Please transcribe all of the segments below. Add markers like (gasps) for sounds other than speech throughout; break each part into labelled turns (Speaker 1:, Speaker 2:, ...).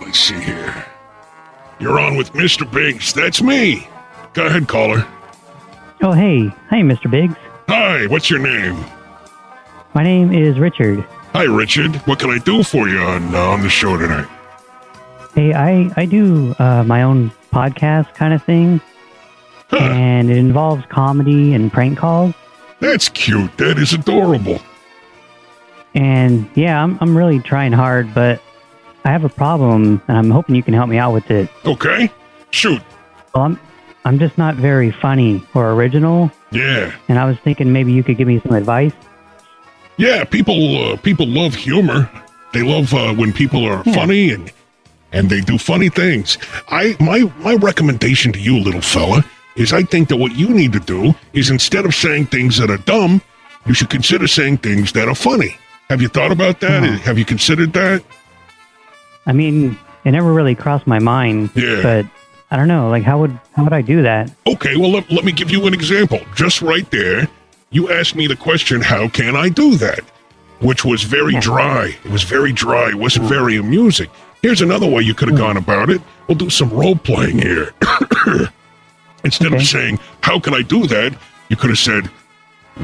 Speaker 1: Let's see here. You're on with Mr. Biggs. That's me. Go ahead, caller.
Speaker 2: Oh, hey. Hey, Mr. Biggs.
Speaker 1: Hi, what's your name?
Speaker 2: My name is Richard.
Speaker 1: Hi, Richard. What can I do for you on, uh, on the show tonight?
Speaker 2: Hey, I, I do uh, my own podcast kind of thing, and it involves comedy and prank calls.
Speaker 1: That's cute. That is adorable.
Speaker 2: And yeah, I'm, I'm really trying hard, but I have a problem, and I'm hoping you can help me out with it.
Speaker 1: Okay? Oh, Shoot.
Speaker 2: Well, I'm, I'm just not very funny or original,
Speaker 1: Yeah.
Speaker 2: and I was thinking maybe you could give me some advice.
Speaker 1: Yeah, people uh, people love humor. They love uh, when people are funny and and they do funny things. I my my recommendation to you, little fella, is I think that what you need to do is instead of saying things that are dumb, you should consider saying things that are funny. Have you thought about that? Have you considered that?
Speaker 2: I mean, it never really crossed my mind,
Speaker 1: Yeah.
Speaker 2: but I don't know. Like, how would how would I do that?
Speaker 1: Okay, well let, let me give you an example. Just right there, you asked me the question, how can I do that? Which was very dry. It was very dry. It wasn't very amusing. Here's another way you could have gone about it. We'll do some role playing here. (coughs) Instead of saying, How can I do that? you could have said,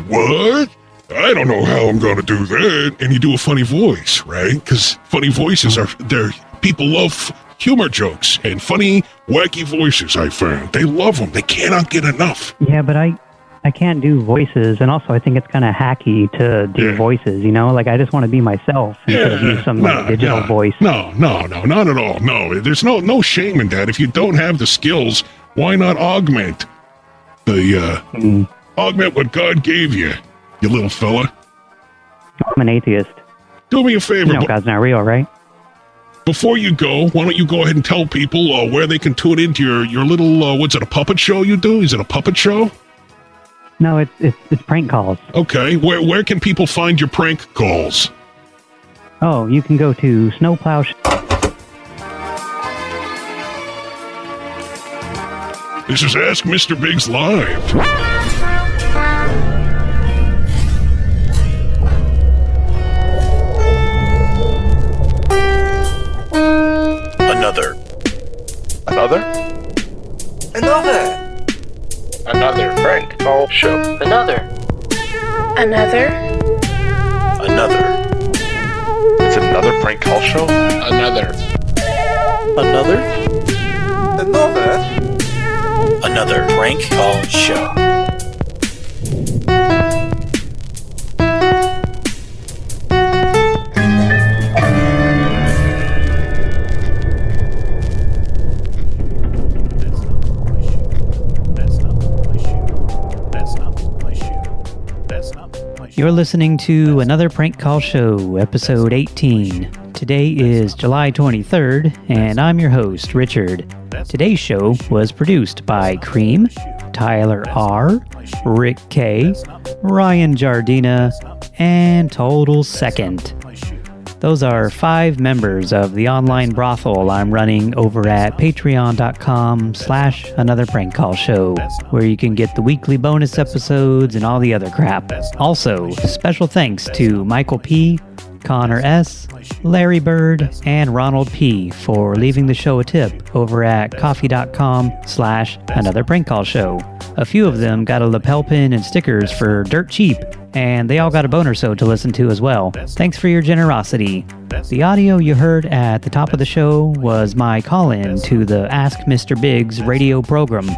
Speaker 1: What? I don't know how I'm going to do that. And you do a funny voice, right? Because funny voices are, they're, people love humor jokes and funny, wacky voices, I found. They love them. They cannot get enough.
Speaker 2: Yeah, but I I can't do voices, and also I think it's kind of hacky to do voices. You know, like I just want to be myself instead of use some like,
Speaker 1: nah,
Speaker 2: digital
Speaker 1: nah.
Speaker 2: voice.
Speaker 1: No, no, no, not at all. No, there's no no shame in that. If you don't have the skills, why not augment the uh,
Speaker 2: Hmm.
Speaker 1: augment what God gave you, you little fella?
Speaker 2: I'm an atheist.
Speaker 1: Do me a favor.
Speaker 2: You know, God's not real, right?
Speaker 1: Before you go, why don't you go ahead and tell people uh, where they can tune into your your little uh, what's it a puppet show you do? Is it a puppet show?
Speaker 2: No, it's it's, it's prank calls.
Speaker 1: Okay, where where can people find your prank calls?
Speaker 2: Oh, you can go to Snowplow. Sh-
Speaker 1: This is Ask Mr. Biggs Live.
Speaker 3: Another. Another?
Speaker 4: Another.
Speaker 3: Another prank call show.
Speaker 4: Another.
Speaker 5: Another?
Speaker 3: Another. It's another prank call show? Another. Another? Another? Another prank call show.
Speaker 6: That's not my shoe. That's not my shoe. That's not my
Speaker 2: You're listening to another prank call show, episode 18. Today is July 23rd, and I'm your host, Richard. Today's show was produced by Cream, Tyler R., Rick K., Ryan Jardina, and Total Second. Those are five members of the online brothel I'm running over at patreon.com slash another prank call show, where you can get the weekly bonus episodes and all the other crap. Also, special thanks to Michael P., Connor S., Larry Bird, and Ronald P. for leaving the show a tip over at coffee.com slash another prank call show. A few of them got a lapel pin and stickers for dirt cheap, and they all got a boner so to listen to as well. Thanks for your generosity. The audio you heard at the top of the show was my call in to the Ask Mr. Biggs radio program,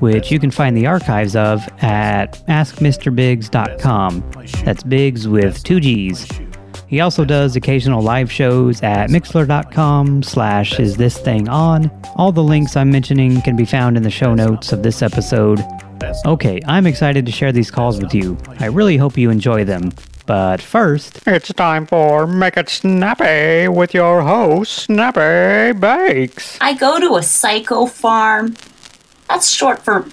Speaker 2: which you can find the archives of at askmrbiggs.com. That's Biggs with two G's. He also does occasional live shows at mixler.com slash is this thing on. All the links I'm mentioning can be found in the show notes of this episode. Okay, I'm excited to share these calls with you. I really hope you enjoy them. But first,
Speaker 7: It's time for Make It Snappy with your host, Snappy Bakes.
Speaker 8: I go to a psycho farm. That's short for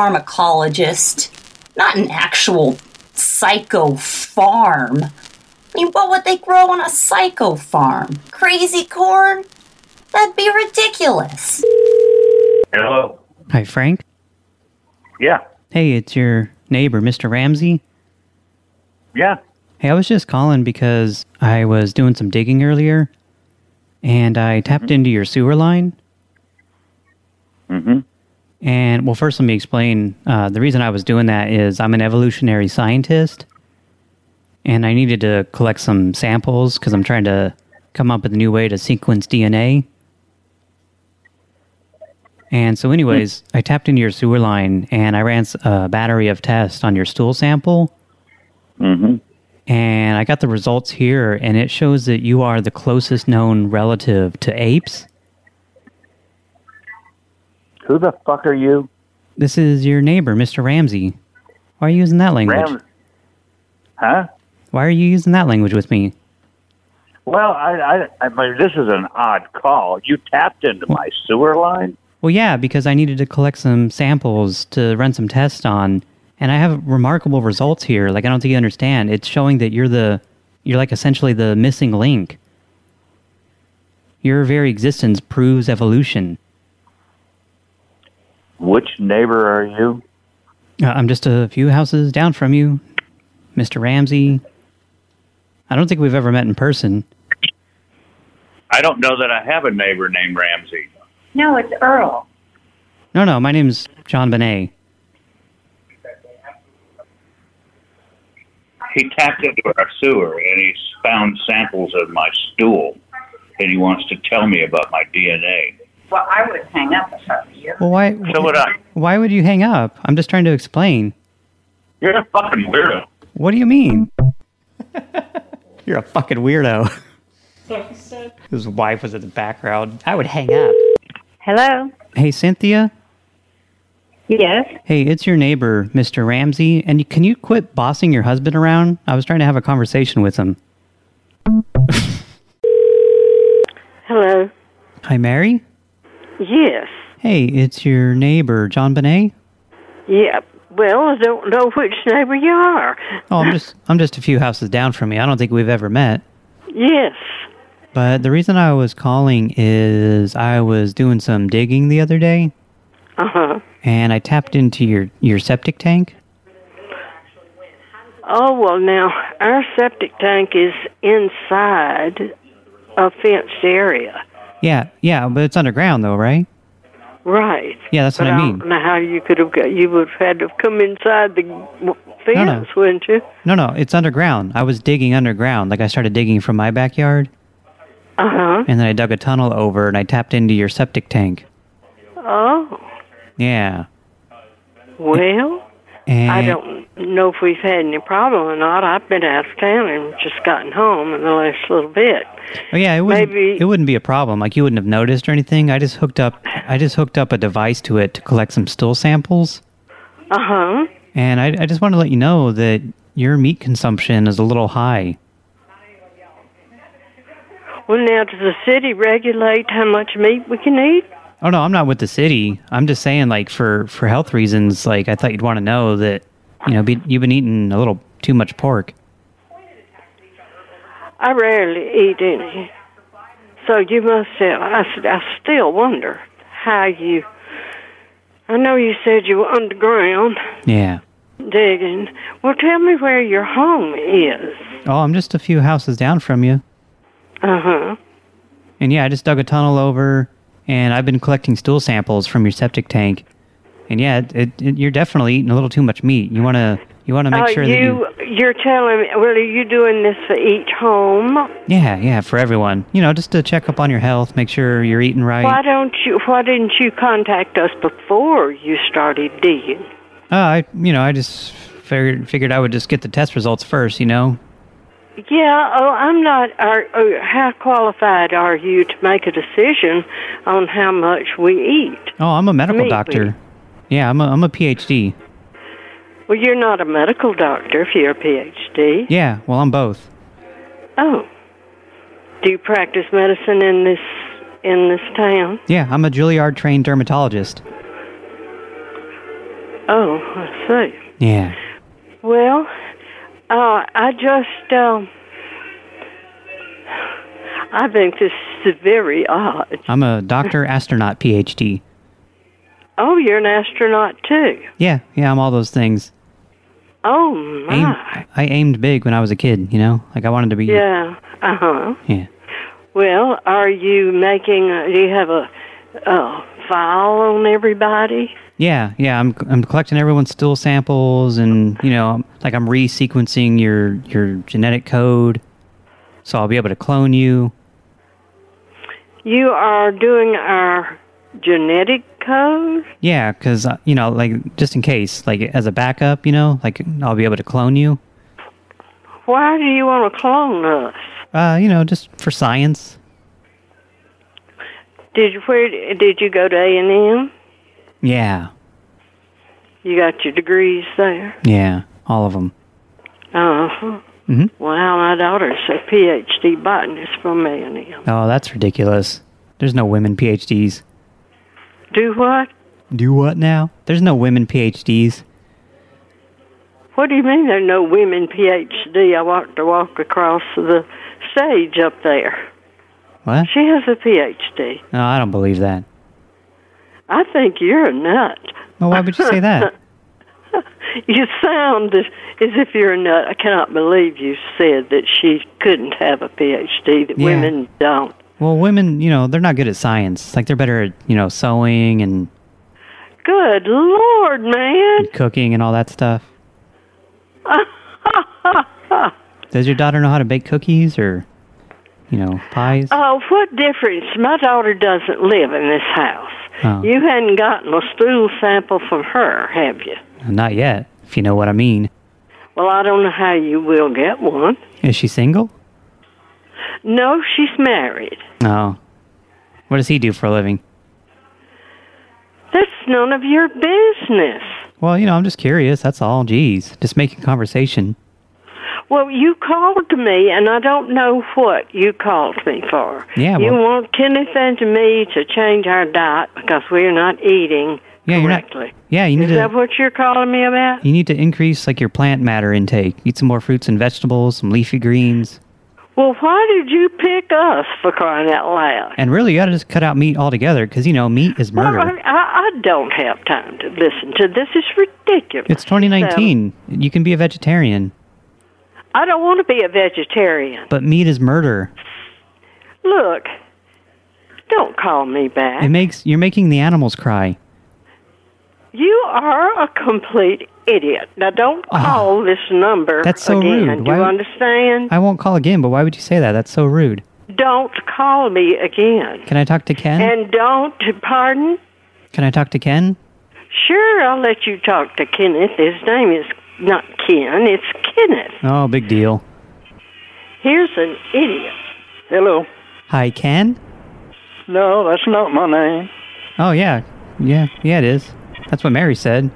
Speaker 8: psychopharmacologist, not an actual psycho farm. I mean, what would they grow on a psycho farm? Crazy corn? That'd be ridiculous.
Speaker 9: Hello.
Speaker 2: hi, Frank.
Speaker 9: Yeah.
Speaker 2: Hey, it's your neighbor, Mr. Ramsey.
Speaker 9: Yeah.
Speaker 2: Hey, I was just calling because I was doing some digging earlier and I tapped into your sewer line.
Speaker 9: Mm-hmm.
Speaker 2: And well, first, let me explain. Uh, the reason I was doing that is I'm an evolutionary scientist, and I needed to collect some samples because I'm trying to come up with a new way to sequence DNA. And so, anyways,
Speaker 9: Hmm.
Speaker 2: I tapped into your sewer line and I ran s- a battery of tests on your stool sample.
Speaker 9: Mm-hmm.
Speaker 2: And I got the results here, and it shows that you are the closest known relative to apes.
Speaker 9: Who the fuck are you?
Speaker 2: This is your neighbor, Mr. Ramsey. Why are you using that language?
Speaker 9: Ram- Huh?
Speaker 2: Why are you using that language with me?
Speaker 9: Well, I, I, I mean, this is an odd call. You tapped into my sewer line.
Speaker 2: Well, yeah, because I needed to collect some samples to run some tests on, and I have remarkable results here. Like I don't think you understand. It's showing that you're the you're like essentially the missing link. Your very existence proves evolution.
Speaker 9: Which neighbor are you?
Speaker 2: Uh, I'm just a few houses down from you, Mr. Ramsey. I don't think we've ever met in person.
Speaker 9: I don't know that I have a neighbor named Ramsey.
Speaker 8: No, it's Earl.
Speaker 2: No, no, my name's John Benet.
Speaker 9: He tapped into our sewer and he's found samples of my stool, and he wants to tell me about my DNA.
Speaker 8: Well, I would hang up if I were you.
Speaker 2: Well, why?
Speaker 9: So would I.
Speaker 2: Why would you hang up? I'm just trying to explain.
Speaker 9: You're a fucking weirdo.
Speaker 2: What do you mean? (laughs) You're a fucking weirdo. (laughs) His wife was in the background. I would hang up.
Speaker 4: Hello.
Speaker 2: Hey, Cynthia.
Speaker 4: Yes.
Speaker 2: Hey, it's your neighbor, Mr. Ramsey. And you- can you quit bossing your husband around? I was trying to have a conversation with him.
Speaker 4: Hello.
Speaker 2: Hi, Mary.
Speaker 4: Yes.
Speaker 2: Hey, it's your neighbor, John Benet.
Speaker 4: Yeah. Well, I don't know which neighbor you are.
Speaker 2: Oh, I'm just I'm just a few houses down from you. I don't think we've ever met.
Speaker 4: (laughs) Yes.
Speaker 2: But the reason I was calling is I was doing some digging the other day,
Speaker 4: Uh huh.
Speaker 2: and I tapped into your your septic tank.
Speaker 4: Oh well, now our septic tank is inside a fenced area.
Speaker 2: Yeah, yeah, but it's underground though, right?
Speaker 4: Right.
Speaker 2: Yeah, that's
Speaker 4: but um,
Speaker 2: what I mean.
Speaker 4: don't know how you could have got. You would have had to have come inside the w- fence, wouldn't you?
Speaker 2: No, no, it's underground. I was digging underground. Like I started digging from my backyard,
Speaker 4: Uh huh.
Speaker 2: and then I dug a tunnel over, and I tapped into your septic tank.
Speaker 4: Oh
Speaker 2: Yeah,
Speaker 4: well.
Speaker 2: and
Speaker 4: I don't know if we've had any problem or not. I've been out of town and just gotten home in the last little bit.
Speaker 2: oh, yeah, it wouldn't
Speaker 4: maybe-
Speaker 2: it wouldn't be a problem. Like you wouldn't have noticed or anything. I just hooked up I just hooked up a device to it to collect some stool samples,
Speaker 4: Uh huh.
Speaker 2: and I I just want to let you know that your meat consumption is a little high.
Speaker 4: Well, now does the city regulate how much meat we can eat?
Speaker 2: Oh no, I'm not with the city. I'm just saying, like for for health reasons, like I thought you'd want to know that you know be, you've been eating a little too much pork.
Speaker 4: I rarely eat any, so you must have. I, s- I still wonder how you. I know you said you were underground
Speaker 2: Yeah.
Speaker 4: digging. Well, tell me where your home is.
Speaker 2: Oh, I'm just a few houses down from you,
Speaker 4: Uh huh.
Speaker 2: and yeah, I just dug a tunnel over, and I've been collecting stool samples from your septic tank, and yeah, it, it, you're definitely eating a little too much meat. You wanna you wanna make
Speaker 4: uh,
Speaker 2: sure that
Speaker 4: you,
Speaker 2: you
Speaker 4: you're telling me. Well, are you doing this for each home?
Speaker 2: yeah yeah for everyone you know just to check up on your health, make sure you're eating right.
Speaker 4: Why don't you? Why didn't you contact us before you started digging?
Speaker 2: Uh, I you know I just figured figured I would just get the test results first, you know,
Speaker 4: Yeah, oh, I'm not. Are, uh, how qualified are you to make a decision on how much we eat?
Speaker 2: Oh, I'm a medical
Speaker 4: Meat
Speaker 2: doctor. Yeah, I'm a, I'm a PhD.
Speaker 4: Well, you're not a medical doctor if you're a PhD.
Speaker 2: Yeah, well, I'm both.
Speaker 4: Oh, do you practice medicine in this in this town?
Speaker 2: Yeah, I'm a Juilliard trained dermatologist.
Speaker 4: Oh, I see.
Speaker 2: Yeah.
Speaker 4: Well, uh, I just um, I think this is very odd.
Speaker 2: I'm a doctor astronaut PhD.
Speaker 4: Oh, you're an astronaut too.
Speaker 2: Yeah, yeah, I'm all those things.
Speaker 4: Oh
Speaker 2: Aim,
Speaker 4: my.
Speaker 2: I aimed big when I was a kid, you know? Like I wanted to be
Speaker 4: Yeah. Uh huh.
Speaker 2: Yeah.
Speaker 4: Well, are you making? A, do you have a, a file on everybody?
Speaker 2: Yeah, yeah, I'm I'm collecting everyone's stool samples, and you know, like I'm resequencing your your genetic code, so I'll be able to clone you.
Speaker 4: You are doing our genetic code.
Speaker 2: Yeah, because you know, like just in case, like as a backup, you know, like I'll be able to clone you.
Speaker 4: Why do you want to clone us?
Speaker 2: Uh, you know, just for science.
Speaker 4: Did you where did you go to A and M?
Speaker 2: Yeah,
Speaker 4: You got your degrees there.
Speaker 2: yeah, all of them.
Speaker 4: Uh huh.
Speaker 2: Mhm.
Speaker 4: Wow, my daughter's a PhD botanist from A and M.
Speaker 2: Oh, that's ridiculous. There's no women PhDs.
Speaker 4: Do what?
Speaker 2: Do what now? There's no women PhDs.
Speaker 4: What do you mean there are no women PhD? I walked walk across the stage up there.
Speaker 2: What?
Speaker 4: She has a PhD.
Speaker 2: No, I don't believe that.
Speaker 4: I think you're a nut.
Speaker 2: Well, why would you say (laughs) that?
Speaker 4: You sound as, as if you're a nut. I cannot believe you said that she couldn't have a PhD, that
Speaker 2: Yeah.
Speaker 4: women don't.
Speaker 2: Well, women, you know, they're not good at science. Like they're better at, you know, sewing and
Speaker 4: Good Lord, man.
Speaker 2: cooking and all that (laughs) stuff. Does your daughter know how to bake cookies or, you know, pies?
Speaker 4: Oh, what difference? My daughter doesn't live in this house.
Speaker 2: Oh.
Speaker 4: You hadn't gotten a stool sample from her, have you?
Speaker 2: Not yet, if you know what I mean.
Speaker 4: Well, I don't know how you will get one.
Speaker 2: Is she single?
Speaker 4: No, she's married.
Speaker 2: No. What does he do for a living?
Speaker 4: That's none of your business.
Speaker 2: Well, you know, I'm just curious. That's all. Geez, just making conversation.
Speaker 4: Well, you called me, and I don't know what you called me for.
Speaker 2: Yeah,
Speaker 4: you
Speaker 2: well-
Speaker 4: want Kenneth and me to change our diet because we're not eating
Speaker 2: Yeah, you're not-
Speaker 4: correctly.
Speaker 2: Yeah, you need
Speaker 4: Is that
Speaker 2: to
Speaker 4: what you're calling me about?
Speaker 2: you need to increase like your plant matter intake. Eat some more fruits and vegetables, some leafy greens,
Speaker 4: Well, why did you pick us for crying out loud?
Speaker 2: and really, you got to just cut out meat altogether because you know meat is murder.
Speaker 4: Well, I, I I don't have time to listen to this. It's ridiculous.
Speaker 2: It's 2019. You can be a vegetarian,
Speaker 4: So, I don't want to be a vegetarian.
Speaker 2: but meat is murder.
Speaker 4: Look, don't call me back.
Speaker 2: It makes you're making the animals cry.
Speaker 4: You are a complete idiot. Now, don't call this number
Speaker 2: Ah. That's so
Speaker 4: again.
Speaker 2: rude.
Speaker 4: Do
Speaker 2: Why-
Speaker 4: you understand?
Speaker 2: I won't call again, but why would you say that? That's so rude.
Speaker 4: Don't call me again.
Speaker 2: Can I talk to Ken?
Speaker 4: And don't, pardon?
Speaker 2: Can I talk to Ken?
Speaker 4: Sure, I'll let you talk to Kenneth. His name is not Ken, it's Kenneth.
Speaker 2: Oh, big deal.
Speaker 4: Here's an idiot.
Speaker 10: Hello.
Speaker 2: Hi, Ken.
Speaker 10: No, that's not my name.
Speaker 2: Oh yeah, yeah, yeah. It is. That's what Mary said.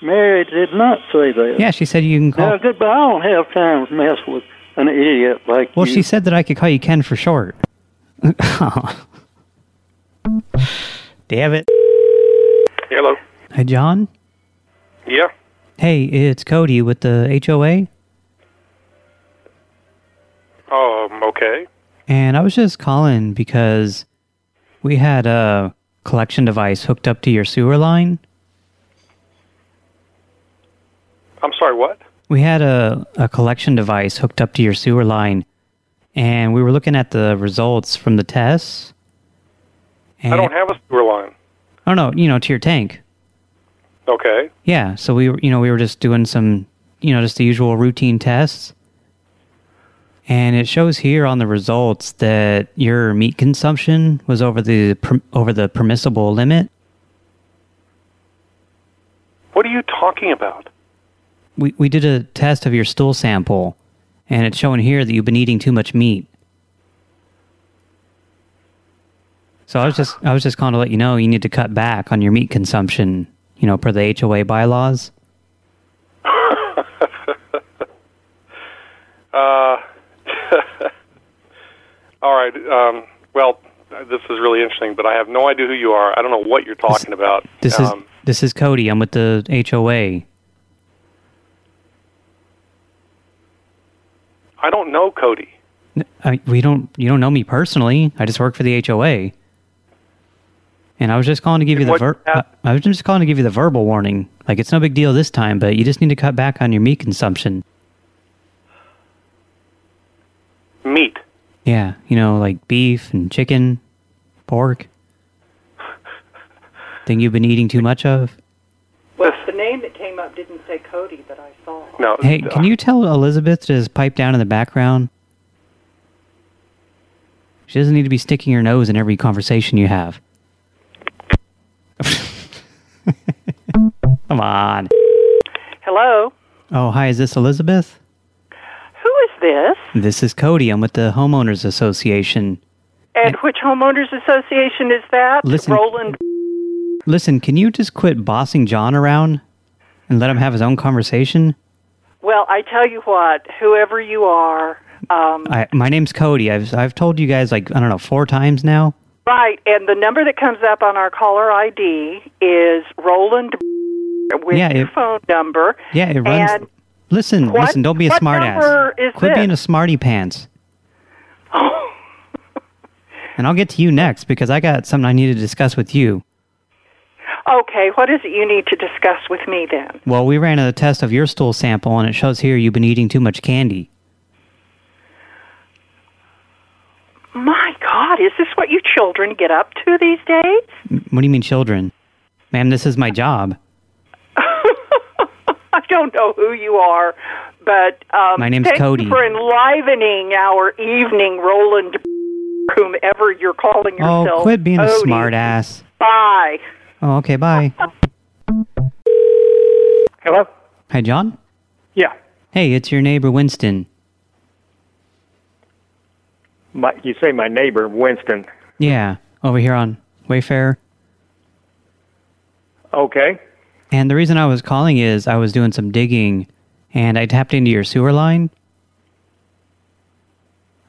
Speaker 10: Mary did not say that.
Speaker 2: Yeah, she said you can
Speaker 10: Now,
Speaker 2: call.
Speaker 10: goodbye. I don't have time to mess with an idiot like
Speaker 2: Well,
Speaker 10: you.
Speaker 2: she said that I could call you Ken for short. (laughs) Damn it.
Speaker 11: Hello.
Speaker 2: Hi, John.
Speaker 11: Yeah.
Speaker 2: Hey, it's Cody with the HOA,
Speaker 11: Um. Okay.
Speaker 2: and I was just calling because we had a collection device hooked up to your sewer line.
Speaker 11: I'm sorry. What?
Speaker 2: We had a, a collection device hooked up to your sewer line, and we were looking at the results from the tests. And,
Speaker 11: I don't have a sewer line.
Speaker 2: Oh no, you know, to your tank.
Speaker 11: Okay.
Speaker 2: Yeah, so we were, you know, we were just doing some, you know, just the usual routine tests. And it shows here on the results that your meat consumption was over the per, over the permissible limit.
Speaker 11: What are you talking about?
Speaker 2: We we did a test of your stool sample, and it's showing here that you've been eating too much meat. So I was just I was just calling to let you know you need to cut back on your meat consumption, you know, per the HOA bylaws.
Speaker 11: Uh. (laughs) all right. Um. Well, this is really interesting, but I have no idea who you are. I don't know what you're talking about.
Speaker 2: This
Speaker 11: um,
Speaker 2: is this is Cody. I'm with the HOA.
Speaker 11: I don't know Cody.
Speaker 2: N- I, we don't. You don't know me personally. I just work for the HOA. And I was just calling to give you the
Speaker 11: what-
Speaker 2: ver- I, I was just calling to give you the verbal warning. Like it's no big deal this time, but you just need to cut back on your meat consumption.
Speaker 11: Meat.
Speaker 2: Yeah, you know, like beef and chicken, pork. Thing you've been eating too much of.
Speaker 12: Well, the name that came up didn't say Cody that I saw.
Speaker 11: No.
Speaker 2: Hey, can you tell Elizabeth to just pipe down in the background? She doesn't need to be sticking her nose in every conversation you have. (laughs) Come on.
Speaker 13: Hello.
Speaker 2: Oh, hi, is this Elizabeth?
Speaker 13: Who is this?
Speaker 2: This is Cody. I'm with the Homeowners Association.
Speaker 13: And which homeowners association is that?
Speaker 2: Listen-
Speaker 13: Roland.
Speaker 2: Listen, can you just quit bossing John around and let him have his own conversation?
Speaker 13: Well, I tell you what, whoever you are, um,
Speaker 2: I, my name's Cody. I've I've told you guys like I don't know four times now.
Speaker 13: right? And the number that comes up on our caller ID is Roland with
Speaker 2: Yeah, it-
Speaker 13: your phone number.
Speaker 2: Yeah, it runs.
Speaker 13: And
Speaker 2: listen,
Speaker 13: what-
Speaker 2: listen. Don't be a
Speaker 13: what
Speaker 2: smartass.
Speaker 13: number is
Speaker 2: Quit
Speaker 13: this?
Speaker 2: being a
Speaker 13: (laughs)
Speaker 2: smarty pants. and I'll get to you next because I got something I need to discuss with you.
Speaker 13: okay, what is it you need to discuss with me then?
Speaker 2: Well, we ran a test of your stool sample, and it shows here you've been eating too much candy.
Speaker 13: My God, is this what you children get up to these days?
Speaker 2: M- What do you mean, children? Ma'am, this is my job.
Speaker 13: I don't know who you are, but um,
Speaker 2: My name's
Speaker 13: thank
Speaker 2: Cody.
Speaker 13: you for enlivening our evening, Roland. Whomever you're calling yourself.
Speaker 2: Oh, quit being a
Speaker 13: Cody.
Speaker 2: smartass.
Speaker 13: Bye.
Speaker 2: Oh,
Speaker 13: (laughs)
Speaker 2: okay, bye.
Speaker 14: Hello?
Speaker 2: Hi, John.
Speaker 14: Yeah.
Speaker 2: Hey, it's your neighbor Winston.
Speaker 14: My, you say my neighbor, Winston.
Speaker 2: Yeah, over here on Wayfair.
Speaker 14: Okay.
Speaker 2: And the reason I was calling is I was doing some digging, and I tapped into your sewer line.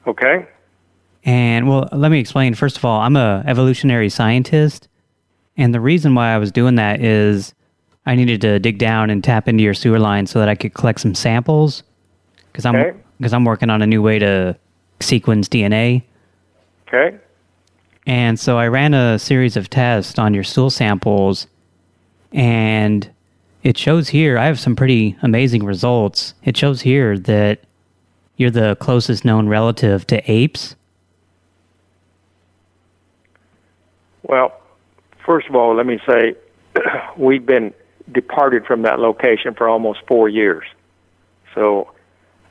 Speaker 14: Okay.
Speaker 2: And well, let me explain. First of all, I'm a evolutionary scientist, and the reason why I was doing that is I needed to dig down and tap into your sewer line so that I could collect some samples because I'm
Speaker 14: Okay.
Speaker 2: because I'm working on a new way to sequence DNA.
Speaker 14: Okay.
Speaker 2: And so I ran a series of tests on your stool samples, and it shows here I have some pretty amazing results. It shows here that you're the closest known relative to apes.
Speaker 14: Well, first of all, let me say (clears throat) we've been departed from that location for almost four years. So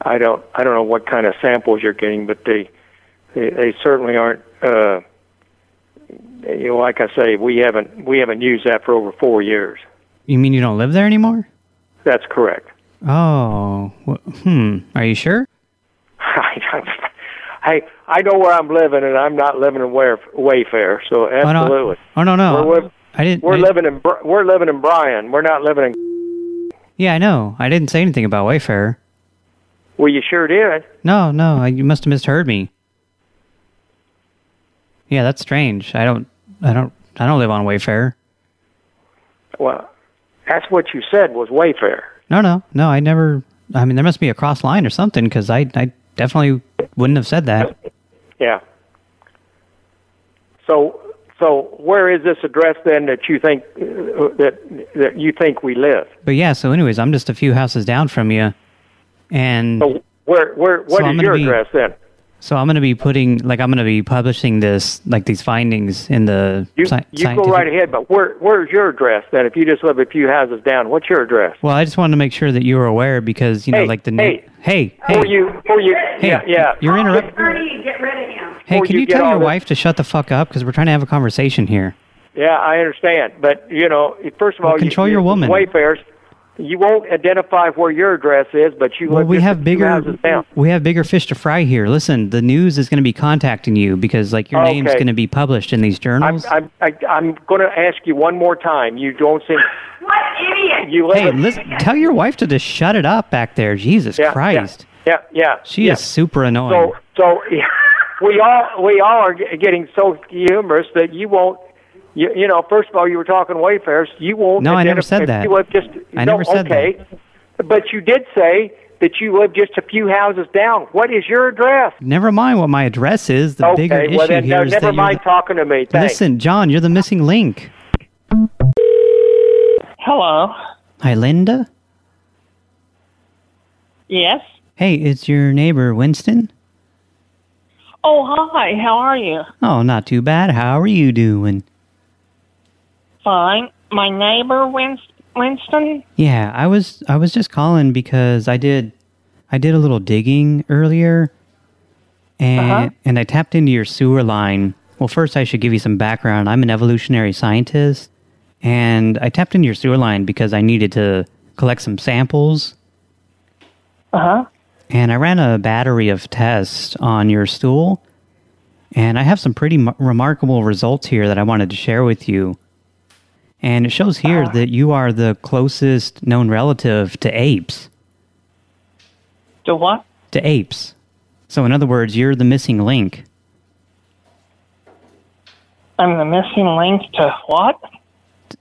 Speaker 14: I don't I don't know what kind of samples you're getting, but they they, they certainly aren't. Uh, you know, like I say, we haven't we haven't used that for over four years.
Speaker 2: You mean you don't live there anymore?
Speaker 14: That's correct.
Speaker 2: Oh, wh- hmm. Are you sure?
Speaker 14: (laughs) I, I I know where I'm living, and I'm not living in Wayf- Wayfair. So
Speaker 2: Oh, no.
Speaker 14: absolutely.
Speaker 2: Oh no, no.
Speaker 14: We're, we're,
Speaker 2: I didn't.
Speaker 14: we're
Speaker 2: I-
Speaker 14: living in Br- we're living in Bryan. We're not living in.
Speaker 2: yeah, I know. I didn't say anything about Wayfair.
Speaker 14: Well, you sure did.
Speaker 2: No, no. I, you must have misheard me. Yeah, that's strange. I don't. I don't. I don't live on Wayfair.
Speaker 14: Well, that's what you said was Wayfair.
Speaker 2: No, no, no. I never. I mean, there must be a cross line or something because I, I definitely wouldn't have said that.
Speaker 14: Yeah. So so where is this address then that you think uh, that that you think we live?
Speaker 2: But yeah. So, anyways, I'm just a few houses down from you, and
Speaker 14: So where where
Speaker 2: Mm. So
Speaker 14: what is
Speaker 2: I'm gonna
Speaker 14: your
Speaker 2: be-
Speaker 14: address then?
Speaker 2: so I'm gonna be putting like I'm gonna be publishing this like these findings in the
Speaker 14: You
Speaker 2: sci-
Speaker 14: you go
Speaker 2: scientific-
Speaker 14: right ahead, but where where's your address then? If you just live a few houses down, what's your address?
Speaker 2: Well, I just wanted to make sure that you were aware because you know,
Speaker 14: Hey,
Speaker 2: like the
Speaker 14: hey.
Speaker 2: na- hey,
Speaker 14: Who are you? Who are you?
Speaker 2: Hey,
Speaker 14: yeah, yeah.
Speaker 2: you're interrupt-
Speaker 12: Get rid of him.
Speaker 2: hey,
Speaker 14: before
Speaker 2: can
Speaker 14: you
Speaker 2: you,
Speaker 14: get
Speaker 2: tell
Speaker 14: all
Speaker 2: your
Speaker 14: this-
Speaker 2: wife to shut the fuck up because we're trying to have a conversation here?
Speaker 14: Yeah, I understand, but you know, first of all,
Speaker 2: Well, control
Speaker 14: you,
Speaker 2: your
Speaker 14: you,
Speaker 2: woman.
Speaker 14: Wayfarers, you won't identify where your address is, but you
Speaker 2: Well,
Speaker 14: live
Speaker 2: we
Speaker 14: just
Speaker 2: have
Speaker 14: a few
Speaker 2: bigger
Speaker 14: houses down.
Speaker 2: we have bigger fish to fry here. Listen, the news is going to be contacting you because like your name's
Speaker 14: Okay.
Speaker 2: going to be published in these journals.
Speaker 14: I'm I, I'm going to ask you one more time. You don't seem. what idiot? You live
Speaker 2: hey,
Speaker 14: in-
Speaker 2: listen, tell your wife to just shut it up back there. Jesus
Speaker 14: Yeah,
Speaker 2: Christ,
Speaker 14: Yeah, yeah.
Speaker 2: she
Speaker 14: yeah.
Speaker 2: is super annoying.
Speaker 14: So so (laughs) we all we all are ge- getting so humorous that you won't. You, you know, first of all, you were talking Wayfarers. You won't.
Speaker 2: No, I never
Speaker 14: identify-
Speaker 2: said
Speaker 14: if
Speaker 2: that.
Speaker 14: You live just.
Speaker 2: I
Speaker 14: no,
Speaker 2: never said that.
Speaker 14: okay. But you did say that you live just a few houses down. What is your address?
Speaker 2: never mind what my address is. The
Speaker 14: okay,
Speaker 2: bigger
Speaker 14: well
Speaker 2: issue
Speaker 14: then,
Speaker 2: here
Speaker 14: no,
Speaker 2: is
Speaker 14: never
Speaker 2: that
Speaker 14: mind
Speaker 2: you're
Speaker 14: talking to me.
Speaker 2: the,
Speaker 14: Thanks.
Speaker 2: listen, John, you're the missing link. (laughs)
Speaker 15: Hello.
Speaker 2: Hi, Linda.
Speaker 15: Yes.
Speaker 2: Hey, it's your neighbor Winston.
Speaker 15: Oh, hi. How are you?
Speaker 2: Oh, not too bad. How are you doing?
Speaker 15: Fine. My neighbor, Win- Winston.
Speaker 2: Yeah, I was I was just calling because I did I did a little digging earlier and
Speaker 15: Uh-huh.
Speaker 2: and I tapped into your sewer line. Well, first I should give you some background. I'm an evolutionary scientist and I tapped into your sewer line because I needed to collect some samples
Speaker 15: Uh huh.
Speaker 2: and I ran a battery of tests on your stool, and I have some pretty m- remarkable results here that I wanted to share with you. And it shows here that you are the closest known relative to apes.
Speaker 15: To what?
Speaker 2: To apes. So, in other words, you're the missing link
Speaker 15: I'm the missing link to what?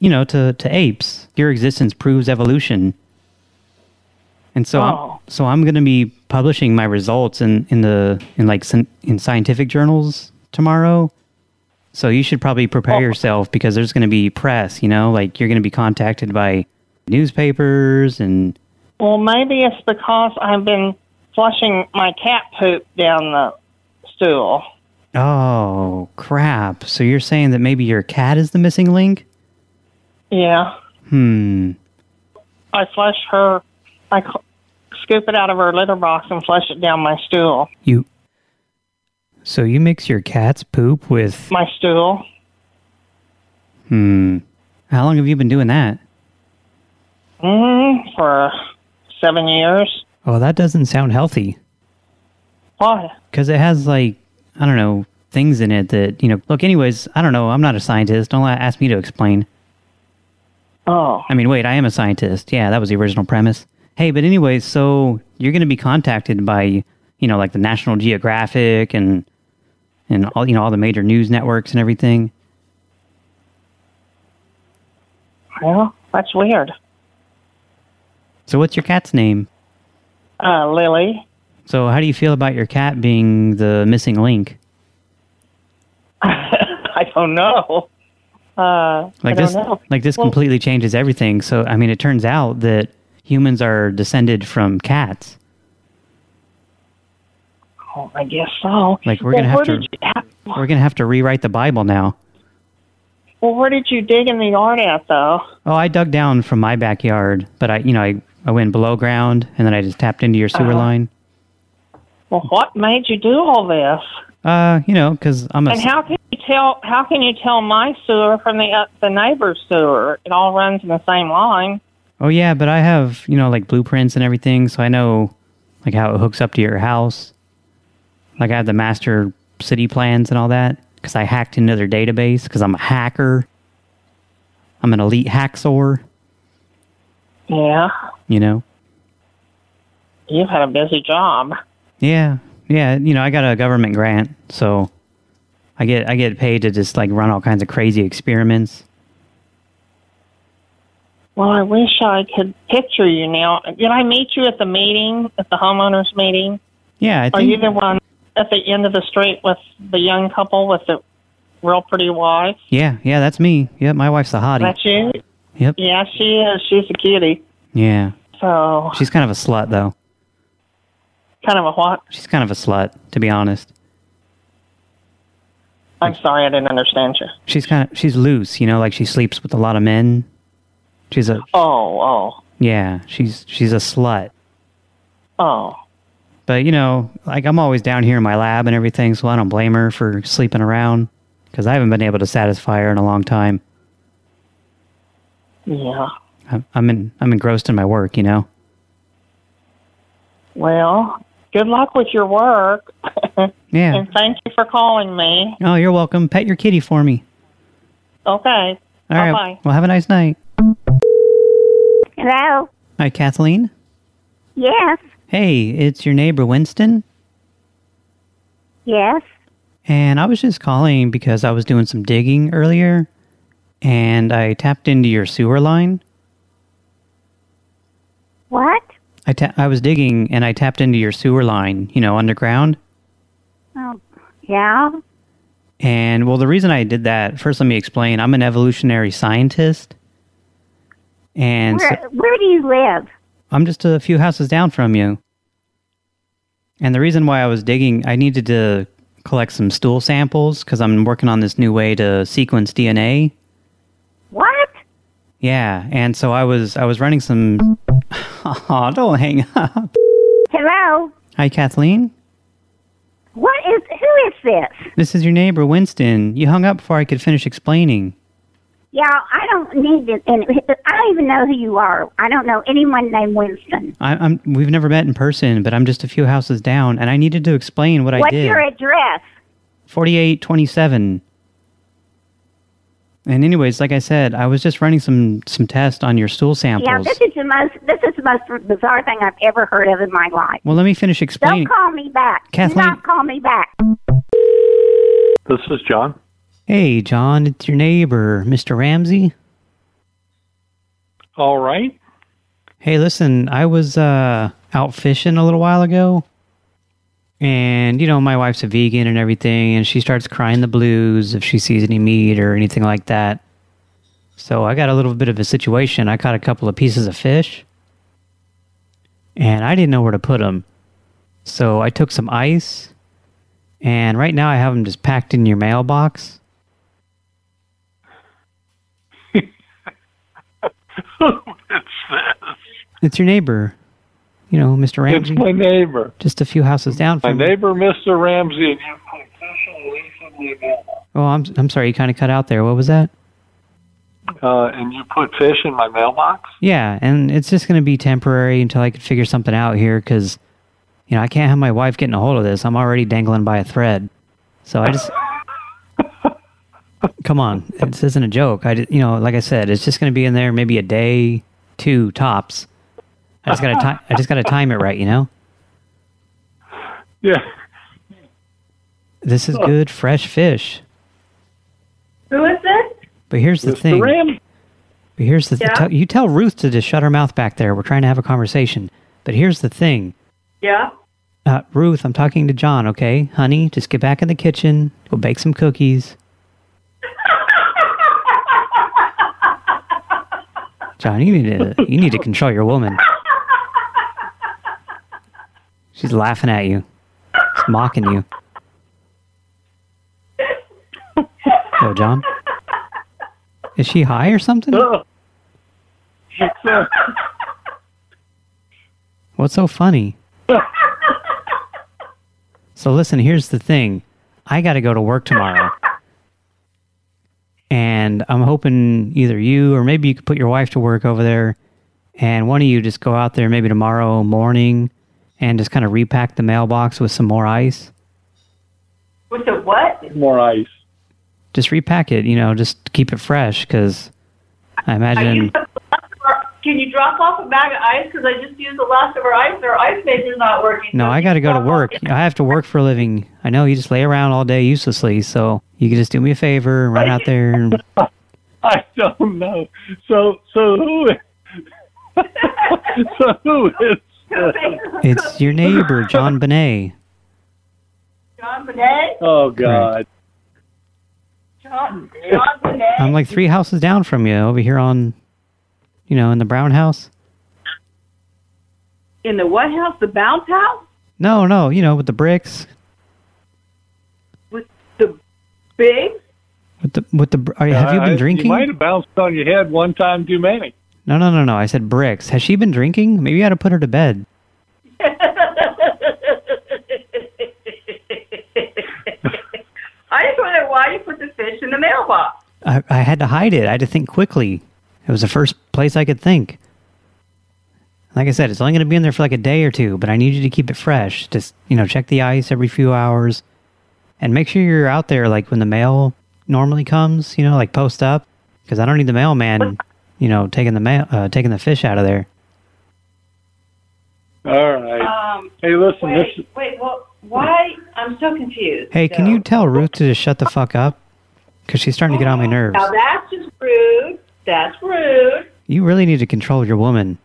Speaker 2: you know, to, to apes. Your existence proves evolution. And so,
Speaker 15: Oh.
Speaker 2: I'm, so I'm going to be publishing my results in, in the in like scien- in scientific journals tomorrow. So you should probably
Speaker 15: Oh.
Speaker 2: prepare yourself because there's going to be press. You know, like you're going to be contacted by newspapers and
Speaker 15: Well, maybe it's because I've been flushing my cat poop down the stool.
Speaker 2: oh crap. So you're saying that maybe your cat is the missing link?
Speaker 15: Yeah.
Speaker 2: Hmm.
Speaker 15: I flush her. I cl- scoop it out of her litter box and flush it down my stool.
Speaker 2: You. So you mix your cat's poop with
Speaker 15: My stool.
Speaker 2: hmm. How long have you been doing that?
Speaker 15: Mm, for seven years.
Speaker 2: Oh, that doesn't sound healthy.
Speaker 15: Why?
Speaker 2: Because it has, like, I don't know, things in it that, you know, look, anyways, I don't know. I'm not a scientist. Don't la- ask me to explain.
Speaker 15: Oh.
Speaker 2: I mean, wait, I am a scientist. Yeah, that was the original premise. Hey, but anyways, so you're going to be contacted by, you know, like the National Geographic and, and all, you know, all the major news networks and everything.
Speaker 15: Well, that's weird.
Speaker 2: So what's your cat's name?
Speaker 15: Uh, Lily,
Speaker 2: So how do you feel about your cat being the missing link?
Speaker 15: (laughs) I don't know. Uh, I don't
Speaker 2: like this
Speaker 15: know.
Speaker 2: like this
Speaker 15: Well,
Speaker 2: completely changes everything so i mean it turns out that humans are descended from cats
Speaker 15: oh, I guess so.
Speaker 2: like we're
Speaker 15: Well,
Speaker 2: gonna have
Speaker 15: where
Speaker 2: to
Speaker 15: did you-
Speaker 2: we're gonna have to rewrite the bible now
Speaker 15: well, where did you dig in the yard at, though?
Speaker 2: oh i dug down from my backyard but i you know i, I went below ground and then i just tapped into your sewer
Speaker 15: Uh-huh.
Speaker 2: line
Speaker 15: Well, what made you do all this?
Speaker 2: uh you know because i'm a
Speaker 15: And how can you tell? How can you tell my sewer from the uh, the neighbor's sewer? It all runs in the same line.
Speaker 2: oh yeah but i have you know like blueprints and everything so i know like how it hooks up to your house like i have the master city plans and all that because i hacked into their database because i'm a hacker i'm an elite hacksaw
Speaker 15: Yeah,
Speaker 2: you know
Speaker 15: you've had a busy job.
Speaker 2: yeah yeah you know i got a government grant so i get i get paid to just like run all kinds of crazy experiments
Speaker 15: Well, I wish I could picture you now. Did I meet you at the meeting, at the homeowners meeting?
Speaker 2: yeah i
Speaker 15: Are Oh, you
Speaker 2: think
Speaker 15: the one at the end of the street with the young couple with the real pretty wife?
Speaker 2: yeah yeah that's me yeah my wife's a hottie
Speaker 15: That's you?
Speaker 2: Yep.
Speaker 15: Yeah, she is. She's a cutie.
Speaker 2: yeah
Speaker 15: So,
Speaker 2: she's kind of a slut though
Speaker 15: kind of a what?
Speaker 2: she's kind of a slut to be honest
Speaker 15: I'm sorry, I didn't understand you.
Speaker 2: she's kind of she's loose you know like she sleeps with a lot of men she's a
Speaker 15: Oh, oh,
Speaker 2: yeah she's she's a slut
Speaker 15: oh.
Speaker 2: But you know, like I'm always down here in my lab and everything, so I don't blame her for sleeping around because I haven't been able to satisfy her in a long time.
Speaker 15: Yeah.
Speaker 2: I- I'm in, I'm engrossed in my work, you know.
Speaker 15: Well, good luck with your work.
Speaker 2: Yeah.
Speaker 15: And thank you for calling me.
Speaker 2: Oh, you're welcome. Pet your kitty for me.
Speaker 15: Okay.
Speaker 2: All right.
Speaker 15: Bye-bye.
Speaker 2: Well, have a nice night.
Speaker 16: Hello.
Speaker 2: Hi, Kathleen.
Speaker 16: Yes.
Speaker 2: Hey, it's your neighbor Winston,
Speaker 16: Yes.
Speaker 2: and I was just calling because I was doing some digging earlier, and I tapped into your sewer line.
Speaker 16: What?
Speaker 2: I ta- I was digging and I tapped into your sewer line, you know, underground.
Speaker 16: Oh, yeah.
Speaker 2: And well, the reason I did that, first, let me explain. I'm an evolutionary scientist, and so-
Speaker 16: where, where do you live?
Speaker 2: I'm just a few houses down from you. And the reason why I was digging, I needed to collect some stool samples because I'm working on this new way to sequence DNA.
Speaker 16: What?
Speaker 2: Yeah, and so I was I was running some. (laughs) Oh, don't hang up.
Speaker 16: Hello?
Speaker 2: Hi, Kathleen.
Speaker 16: What is, who is this?
Speaker 2: This is your neighbor, Winston. You hung up before I could finish explaining.
Speaker 16: Y'all, I don't need to, and I don't even know who you are. I don't know anyone named Winston.
Speaker 2: I, I'm we've never met in person, but I'm just a few houses down, and I needed to explain what I
Speaker 16: What's
Speaker 2: did.
Speaker 16: your address?
Speaker 2: Forty-eight twenty-seven. And anyways, like I said, I was just running some some tests on your stool samples.
Speaker 16: Yeah, this is the most, this is the most bizarre thing I've ever heard of in my life.
Speaker 2: well, let me finish explaining.
Speaker 16: Don't call me back.
Speaker 2: Kathleen-
Speaker 16: Do not call me back.
Speaker 17: This is John.
Speaker 2: Hey, John, it's your neighbor, Mr. Ramsey.
Speaker 17: All right.
Speaker 2: Hey, listen, I was uh, out fishing a little while ago. And, you know, my wife's a vegan and everything, and she starts crying the blues if she sees any meat or anything like that. So I got a little bit of a situation. I caught a couple of pieces of fish, and I didn't know where to put them. So I took some ice, and right now I have them just packed in your
Speaker 17: (laughs)
Speaker 2: mailbox. It's your neighbor, you know, Mr. Ramsey.
Speaker 17: It's my neighbor.
Speaker 2: Just a few houses down
Speaker 17: My
Speaker 2: from me.
Speaker 17: neighbor, Mr. Ramsey, and you
Speaker 2: Oh, I'm I'm sorry, you kind of cut out there. What was that?
Speaker 17: uh, and you put fish in my mailbox. (laughs)
Speaker 2: Yeah, and it's just going to be temporary until I can figure something out here because, you know, I can't have my wife getting a hold of this. I'm already dangling by a thread. So I just. (laughs) Come on, this isn't a joke. I, di- you know, like I said, it's just going to be in there maybe a day, two tops. I just got to, I just got to time it right, you know.
Speaker 17: Yeah.
Speaker 2: This is good, fresh fish.
Speaker 18: Who is this?
Speaker 2: But here's the
Speaker 18: Mr.
Speaker 2: thing.
Speaker 18: Ram.
Speaker 2: But here's the thing.
Speaker 18: Yeah?
Speaker 2: you tell Ruth to just shut her mouth back there. We're trying to have a conversation. But here's the thing.
Speaker 18: Yeah.
Speaker 2: Uh, Ruth, I'm talking to John, okay? Honey, just get back in the kitchen. Go bake some cookies. John, you need to you need to control your woman. She's laughing at you. She's mocking you. Yo, John. Is she high or something? What's so funny? So listen, here's the thing. I got to go to work tomorrow. And I'm hoping either you or maybe you could put your wife to work over there and one of you just go out there maybe tomorrow morning and just kind of repack the mailbox with some more ice.
Speaker 18: With the what?
Speaker 17: More ice.
Speaker 2: Just repack it, you know, just keep it fresh cuz I imagine
Speaker 18: Can you drop off a bag of ice? Because I just used the last of our ice. Our ice maker's not working.
Speaker 2: No, I got to go to work. I have to work for a living. I know you just lay around all day uselessly, so you can just do me a favor and run out there and
Speaker 17: I don't know. So, so who? (laughs) so who is?
Speaker 2: It's your neighbor, John Benet.
Speaker 18: John Bonet?
Speaker 17: Oh God.
Speaker 18: John, John Bonet?
Speaker 2: I'm like three houses down from you over here on, you know, in the brown house.
Speaker 18: In the what house? The bounce house?
Speaker 2: No, no, you know, with the bricks,
Speaker 18: With the big?
Speaker 2: with the, with the, br- are, have you
Speaker 17: I-
Speaker 2: been drinking?
Speaker 17: Uh, You might have bounced on your head one time too many.
Speaker 2: No, no, no, no. I said bricks. Has she been drinking? Maybe you got to put her to bed.
Speaker 18: (laughs) I just wonder why you put the fish in the mailbox.
Speaker 2: I, I had to hide it. I had to think quickly. It was the first place I could think. Like I said, it's only going to be in there for like a day or two, but I need you to keep it fresh. Just, you know, check the ice every few hours and make sure you're out there like when the mail normally comes, you know, like post up because I don't need the mailman, you know, taking the mail, uh, taking the fish out of there.
Speaker 17: All right.
Speaker 18: Um,
Speaker 17: hey, listen. This,
Speaker 18: Wait, wait, well, why? I'm so confused.
Speaker 2: Hey, can you tell Ruth to just shut the fuck up? Because she's starting to get on my nerves.
Speaker 18: Now that's just rude. That's rude.
Speaker 2: You really need to control your woman.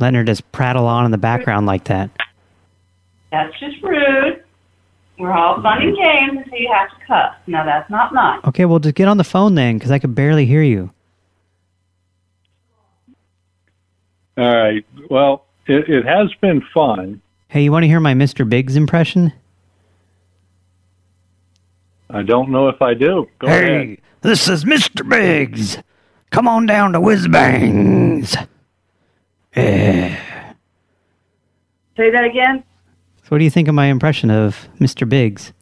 Speaker 2: Letting her just prattle on in the background like that.
Speaker 18: That's just rude. We're all fun and games until you have to cuss. Now that's not nice.
Speaker 2: Okay, well, just get on the phone then, because I could barely hear you.
Speaker 17: all right. Well, it, it has been fun.
Speaker 2: Hey, you want to hear my Mr. Biggs impression?
Speaker 17: I don't know if I do. Go
Speaker 19: hey,
Speaker 17: ahead.
Speaker 19: this is Mr. Biggs. Come on down to Whiz Bangs. Yeah.
Speaker 18: Say that again.
Speaker 2: So, what do you think of my impression of Mr. Biggs?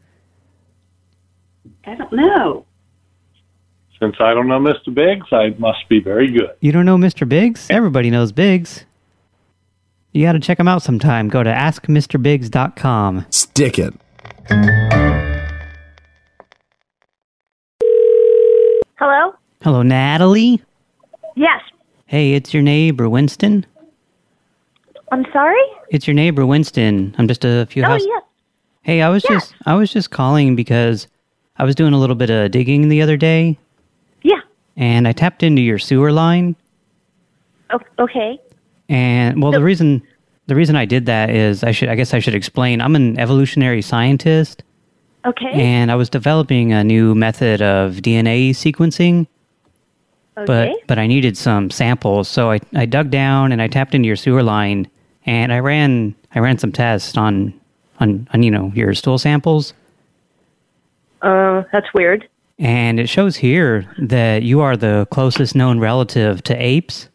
Speaker 18: I don't know.
Speaker 17: Since I don't know Mr. Biggs, I must be very good.
Speaker 2: You don't know Mr. Biggs? Everybody knows Biggs. You got to check him out sometime. Go to askmrbiggs.com.
Speaker 20: Stick it.
Speaker 21: Hello?
Speaker 2: Hello, Natalie.
Speaker 21: Yes.
Speaker 2: Hey, it's your neighbor, Winston.
Speaker 21: I'm sorry?
Speaker 2: It's your neighbor, Winston. I'm just a few
Speaker 21: oh,
Speaker 2: houses.
Speaker 21: yes.
Speaker 2: Hey, I was just I was just calling because I was doing a little bit of digging the other day.
Speaker 21: Yeah.
Speaker 2: And I tapped into your sewer line
Speaker 21: O- okay. (gasps)
Speaker 2: and well the reason the reason I did that is I should I guess I should explain. I'm an evolutionary scientist
Speaker 21: Okay.
Speaker 2: and I was developing a new method of DNA sequencing.
Speaker 21: okay.
Speaker 2: but but I needed some samples, so I I dug down and I tapped into your sewer line and I ran I ran some tests on on, on you know your stool samples
Speaker 21: uh, that's weird.
Speaker 2: and it shows here that you are the closest known relative to apes.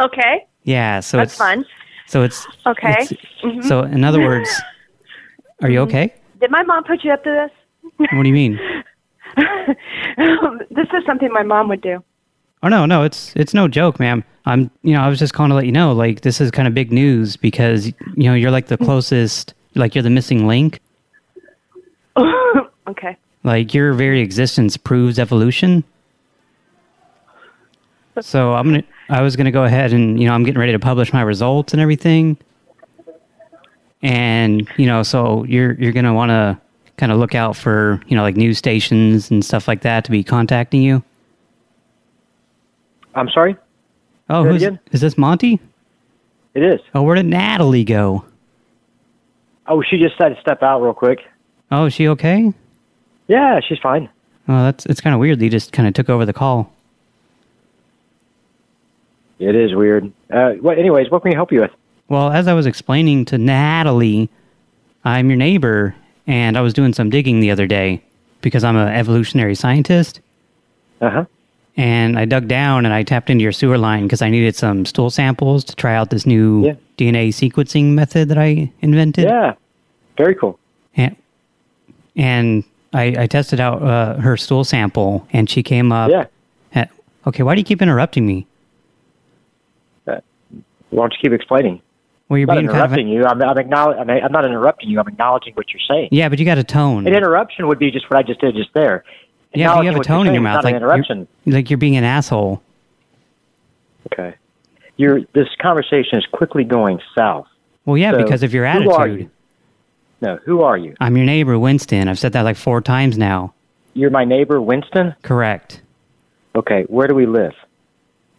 Speaker 21: okay.
Speaker 2: Yeah, so
Speaker 21: that's
Speaker 2: it's
Speaker 21: fun.
Speaker 2: so it's
Speaker 21: Okay.
Speaker 2: it's-
Speaker 21: Mhm.
Speaker 2: So in other
Speaker 21: (laughs)
Speaker 2: words, are you okay?
Speaker 22: Did my mom put you up to this? (laughs)
Speaker 2: What do you mean?
Speaker 22: this is something my mom would do.
Speaker 2: Oh no, no, it's it's no joke, ma'am. I'm you know, I was just calling to let you know, like this is kind of big news because you know, you're like
Speaker 21: Mm-hmm.
Speaker 2: the closest like you're the missing link.
Speaker 22: okay.
Speaker 2: Like your very existence proves evolution. So I'm gonna I was gonna go ahead and you know, I'm getting ready to publish my results and everything. And, you know, so you're you're gonna wanna kinda look out for, you know, like news stations and stuff like that to be contacting you.
Speaker 14: I'm sorry?
Speaker 2: Oh,
Speaker 14: Say it
Speaker 2: who's,
Speaker 14: again?
Speaker 2: is this Monty?
Speaker 23: It is.
Speaker 2: Oh, where did Natalie go?
Speaker 23: Oh, she just decided to step out real quick.
Speaker 2: Oh, is she okay?
Speaker 23: Yeah, she's fine.
Speaker 2: Oh, that's it's kind of weird. They just kind of took over the call.
Speaker 23: It is weird. Uh, what, anyways, what can we help you with?
Speaker 2: Well, as I was explaining to Natalie, I'm your neighbor, and I was doing some digging the other day because I'm an evolutionary scientist.
Speaker 23: Uh huh.
Speaker 2: And I dug down and I tapped into your sewer line because I needed some stool samples to try out this new DNA sequencing method that I invented.
Speaker 23: Yeah, very cool.
Speaker 2: And, and I, I tested out uh, her stool sample, and she came up.
Speaker 23: Yeah.
Speaker 2: at- okay, why do you keep interrupting me?
Speaker 23: Why don't you keep explaining?
Speaker 2: Well, you're
Speaker 23: I'm not
Speaker 2: being kind of-
Speaker 23: interrupting you. I'm, I'm, acknowledge- I'm, I'm not interrupting you. I'm acknowledging what you're saying.
Speaker 2: Yeah, but you got a tone.
Speaker 23: An interruption would be just what I just did just there.
Speaker 2: Yeah, but you
Speaker 23: Acknowledging
Speaker 2: have a
Speaker 23: what you're
Speaker 2: tone in
Speaker 23: saying
Speaker 2: your
Speaker 23: is
Speaker 2: mouth.
Speaker 23: Not
Speaker 2: Like
Speaker 23: an interruption.
Speaker 2: You're, like you're being an asshole.
Speaker 23: Okay. You're, this conversation is quickly going south.
Speaker 2: Well, yeah,
Speaker 23: So,
Speaker 2: because of your
Speaker 23: who
Speaker 2: attitude.
Speaker 23: are you? No, who are you?
Speaker 2: I'm your neighbor, Winston. I've said that like four times now.
Speaker 23: You're my neighbor, Winston?
Speaker 2: Correct.
Speaker 23: Okay, where do we live?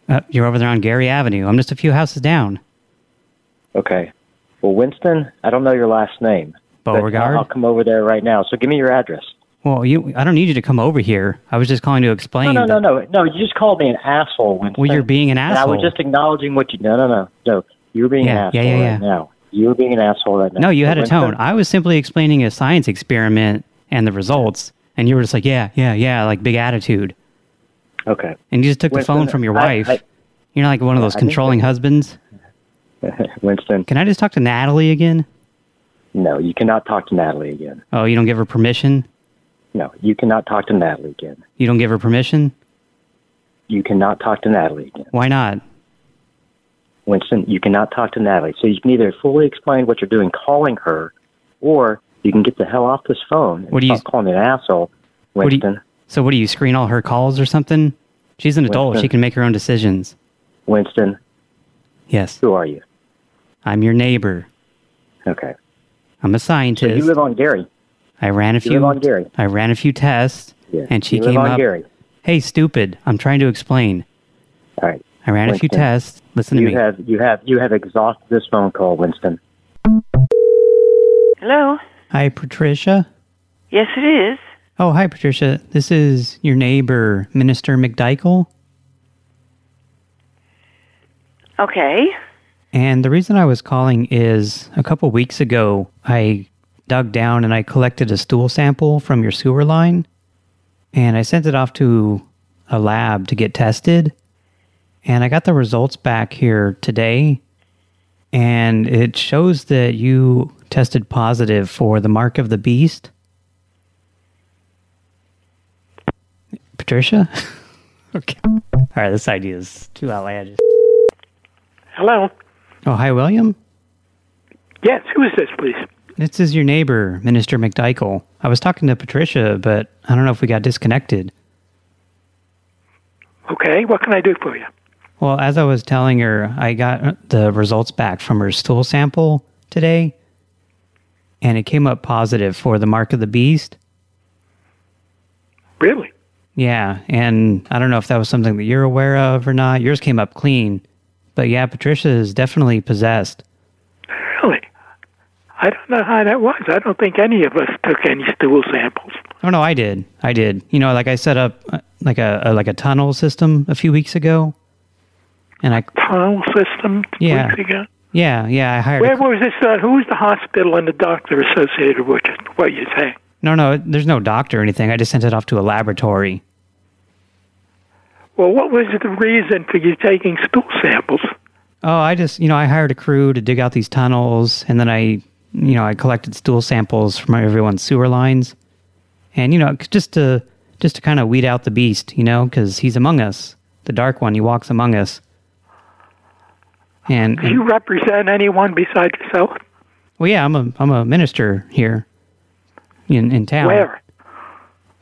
Speaker 2: Uh, you're over there on Gary Avenue. I'm just a few houses down.
Speaker 23: Okay. Well, Winston, I don't know your last name. but
Speaker 2: Beauregard?
Speaker 23: I'll, I'll come over there right now. So give me your address.
Speaker 2: Well, you, I don't need you to come over here. I was just calling to
Speaker 23: No,
Speaker 2: explain.
Speaker 23: no, no,
Speaker 2: that-
Speaker 23: no, no. You just called me an asshole, Winston.
Speaker 2: Well, you're being an
Speaker 23: And I was
Speaker 2: asshole.
Speaker 23: just acknowledging what you. No, no, no, no. You were being
Speaker 2: Yeah,
Speaker 23: an
Speaker 2: yeah,
Speaker 23: asshole
Speaker 2: yeah,
Speaker 23: right
Speaker 2: yeah.
Speaker 23: now. You were being an asshole right now.
Speaker 2: No, you had
Speaker 23: But
Speaker 2: a
Speaker 23: Winston,
Speaker 2: tone. I was simply explaining a science experiment and the results, and you were just like, yeah, yeah, yeah, like big attitude.
Speaker 23: Okay.
Speaker 2: And you just took
Speaker 23: Winston,
Speaker 2: the phone from your
Speaker 23: I-
Speaker 2: wife.
Speaker 23: I-
Speaker 2: you're not like one of
Speaker 23: I
Speaker 2: those
Speaker 23: didn't
Speaker 2: controlling
Speaker 23: think-
Speaker 2: husbands.
Speaker 23: (laughs) Winston.
Speaker 2: Can I just talk to Natalie again?
Speaker 23: No, you cannot talk to Natalie again.
Speaker 2: Oh, you don't give her permission?
Speaker 23: No, you cannot talk to Natalie again.
Speaker 2: You don't give her permission?
Speaker 23: You cannot talk to Natalie again.
Speaker 2: Why not?
Speaker 23: Winston, you cannot talk to Natalie. So you can either fully explain what you're doing calling her, or you can get the hell off this phone and
Speaker 2: What do you-
Speaker 23: stop calling me an asshole,
Speaker 2: What do you-
Speaker 23: Winston.
Speaker 2: So what do you screen all her calls or something? She's an adult. She
Speaker 23: Winston.
Speaker 2: can make her own decisions.
Speaker 23: Winston.
Speaker 2: Yes.
Speaker 23: Who are you?
Speaker 2: I'm your neighbor.
Speaker 23: Okay.
Speaker 2: I'm a
Speaker 23: So
Speaker 2: scientist.
Speaker 23: you live on Gary.
Speaker 2: I ran a
Speaker 23: you
Speaker 2: few.
Speaker 23: live on Gary.
Speaker 2: I ran a few tests, and she
Speaker 23: you live
Speaker 2: came
Speaker 23: on
Speaker 2: up.
Speaker 23: Gary.
Speaker 2: Hey, stupid! I'm trying to explain.
Speaker 23: All right.
Speaker 2: I ran a few
Speaker 23: Winston,
Speaker 2: tests. Listen
Speaker 23: you
Speaker 2: to me.
Speaker 23: have you have you have exhausted this phone call, Winston.
Speaker 12: Hello?
Speaker 2: Hi, Patricia.
Speaker 12: Yes, it is.
Speaker 2: Oh, hi, Patricia. This is your neighbor, Minister McDykel.
Speaker 12: Okay.
Speaker 2: And the reason I was calling is a couple weeks ago, I dug down and I collected a stool sample from your sewer line and I sent it off to a lab to get tested. And I got the results back here today. And it shows that you tested positive for the mark of the beast. Patricia? (laughs) okay. All right, this idea is too outlandish.
Speaker 1: Hello.
Speaker 2: Oh, hi, William.
Speaker 1: Yes. Who is this, please?
Speaker 2: This is your neighbor, Minister McDykel. I was talking to Patricia, but I don't know if we got disconnected.
Speaker 1: Okay. What can I do for you?
Speaker 2: Well, as I was telling her, I got the results back from her stool sample today, and it came up positive for the mark of the beast.
Speaker 1: Really?
Speaker 2: Yeah, and I don't know if that was something that you're aware of or not. Yours came up clean, but yeah, Patricia is definitely possessed.
Speaker 1: Really? I don't know how that was. I don't think any of us took any stool samples.
Speaker 2: Oh no, I did. I did. You know, like I set up uh, like a, a like a tunnel system a few weeks ago, and I
Speaker 1: Tunnel system.
Speaker 2: Yeah.
Speaker 1: Weeks ago.
Speaker 2: yeah yeah I hired. a
Speaker 1: Where was this? Uh, who was the hospital and the doctor associated with it? What you say?
Speaker 2: No, no, there's no doctor or anything. I just sent it off to a laboratory.
Speaker 1: Well, what was the reason for you taking stool samples?
Speaker 2: Oh, I just, you know, I hired a crew to dig out these tunnels, and then I, you know, I collected stool samples from everyone's sewer lines, and you know, c- just to just to kind of weed out the beast, you know, because he's among us, the dark one. He walks among us. And,
Speaker 1: Do
Speaker 2: and
Speaker 1: you represent anyone besides yourself?
Speaker 2: well, yeah, I'm a I'm a minister here in in town.
Speaker 1: Where?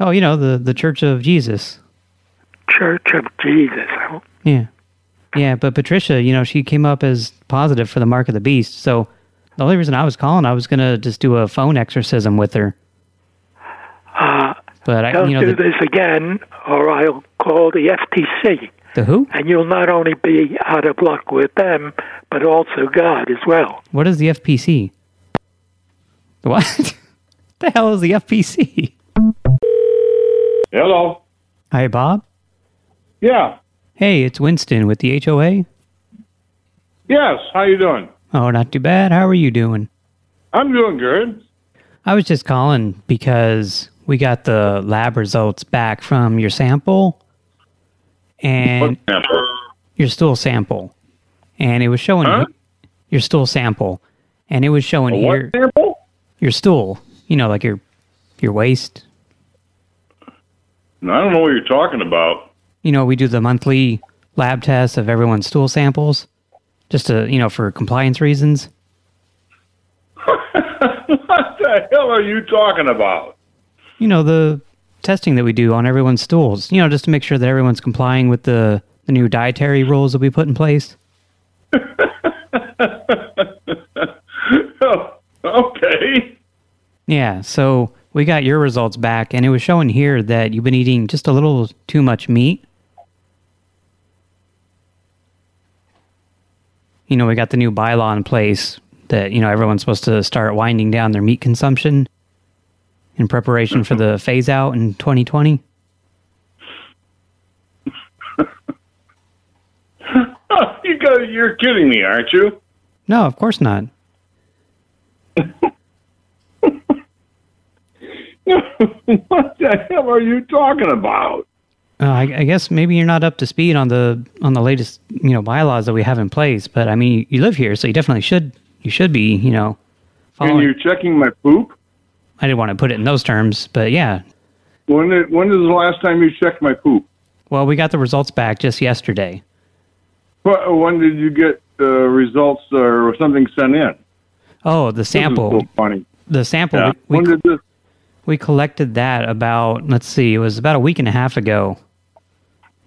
Speaker 2: Oh, you know, the the Church of Jesus.
Speaker 1: Church of Jesus. Oh,
Speaker 2: Yeah. Yeah, but Patricia, you know, she came up as positive for the mark of the beast. So the only reason I was calling, I was going to just do a phone exorcism with her.
Speaker 1: Uh,
Speaker 2: But I,
Speaker 1: don't
Speaker 2: you know,
Speaker 1: do
Speaker 2: the,
Speaker 1: this again, or I'll call the FTC.
Speaker 2: the who?
Speaker 1: And you'll not only be out of luck with them, but also God as well.
Speaker 2: What is the FPC? The What? (laughs) the hell is the FPC?
Speaker 5: Hello.
Speaker 2: Hi, Bob.
Speaker 5: Yeah.
Speaker 2: Hey, it's Winston with the HOA.
Speaker 5: (laughs) Yes. How you doing?
Speaker 2: Oh, not too bad. How are you doing?
Speaker 5: I'm doing good. (laughs)
Speaker 2: I was just calling because we got the lab results back from your sample and your stool sample. And it was showing your stool sample. And it was showing
Speaker 5: A what
Speaker 2: here your stool. You know, like your your waste.
Speaker 5: I don't know what you're talking about.
Speaker 2: You know, we do the monthly lab tests of everyone's stool samples just to, you know, for compliance reasons.
Speaker 5: what the hell are you talking about? (laughs)
Speaker 2: you know the testing that we do on everyone's stools you know just to make sure that everyone's complying with the the new dietary rules that we put in place
Speaker 5: okay. (laughs)
Speaker 2: yeah so we got your results back and it was showing here that you've been eating just a little too much meat you know we got the new bylaw in place that you know everyone's supposed to start winding down their meat consumption in preparation for the phase out in 2020
Speaker 5: you got you're kidding me, aren't you? (laughs)
Speaker 2: no of course not
Speaker 5: what the hell are you talking about?
Speaker 2: Uh, I, I guess maybe you're not up to speed on the on the latest you know bylaws that we have in place, but I mean you live here, so you definitely should you should be you know.
Speaker 5: And you're checking my poop?
Speaker 2: I didn't want to put it in those terms, but yeah.
Speaker 5: When did, when is the last time you checked my poop?
Speaker 2: Well, we got the results back just yesterday.
Speaker 5: Wh- When did you get the results uh, or something sent in?
Speaker 2: Oh, the sample,
Speaker 5: This is so funny.
Speaker 2: the sample
Speaker 5: Yeah.
Speaker 2: we,
Speaker 5: when
Speaker 2: we,
Speaker 5: did this?
Speaker 2: we collected that about let's see, it was about a week and a half ago.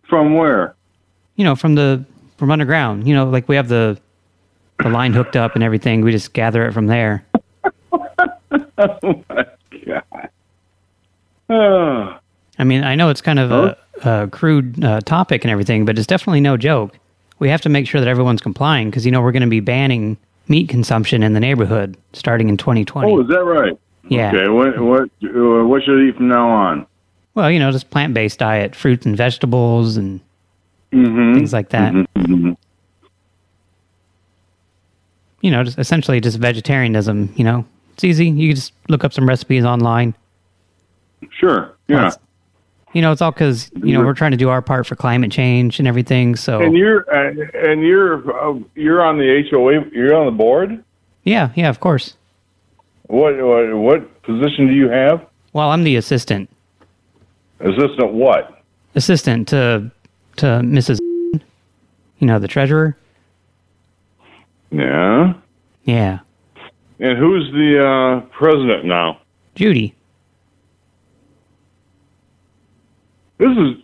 Speaker 5: From where? (laughs)
Speaker 2: You know, from the from underground. You know, like we have the the line hooked up and everything. We just gather it from there.
Speaker 5: Oh (sighs) Ah.
Speaker 2: I mean, I know it's kind of a, a crude uh, topic and everything, but it's definitely no joke. We have to make sure that everyone's complying because, you know, we're going to be banning meat consumption in the neighborhood starting in 2020.
Speaker 5: Oh, is that right?
Speaker 2: Yeah.
Speaker 5: Okay. What what uh, what should I eat from now on?
Speaker 2: Well, you know, just plant based diet, fruits and vegetables and
Speaker 5: Mm-hmm.
Speaker 2: things like that.
Speaker 5: hmm
Speaker 2: You know, just essentially just vegetarianism, you know, It's easy. You can just look up some recipes online.
Speaker 5: Sure. Yeah.
Speaker 2: You know, it's all because you know we're trying to do our part for climate change and everything.
Speaker 5: Mm-hmm. And
Speaker 2: So
Speaker 5: you're uh, and you're uh, you're on the HOA. You're on the board.
Speaker 2: yeah, yeah, of course.
Speaker 5: What what, what position do you have?
Speaker 2: Well, I'm the assistant.
Speaker 5: Assistant what?
Speaker 2: Assistant to to Mrs. You know, the treasurer.
Speaker 5: Yeah.
Speaker 2: Yeah,
Speaker 5: And who's the uh, president now?
Speaker 2: Judy.
Speaker 5: This is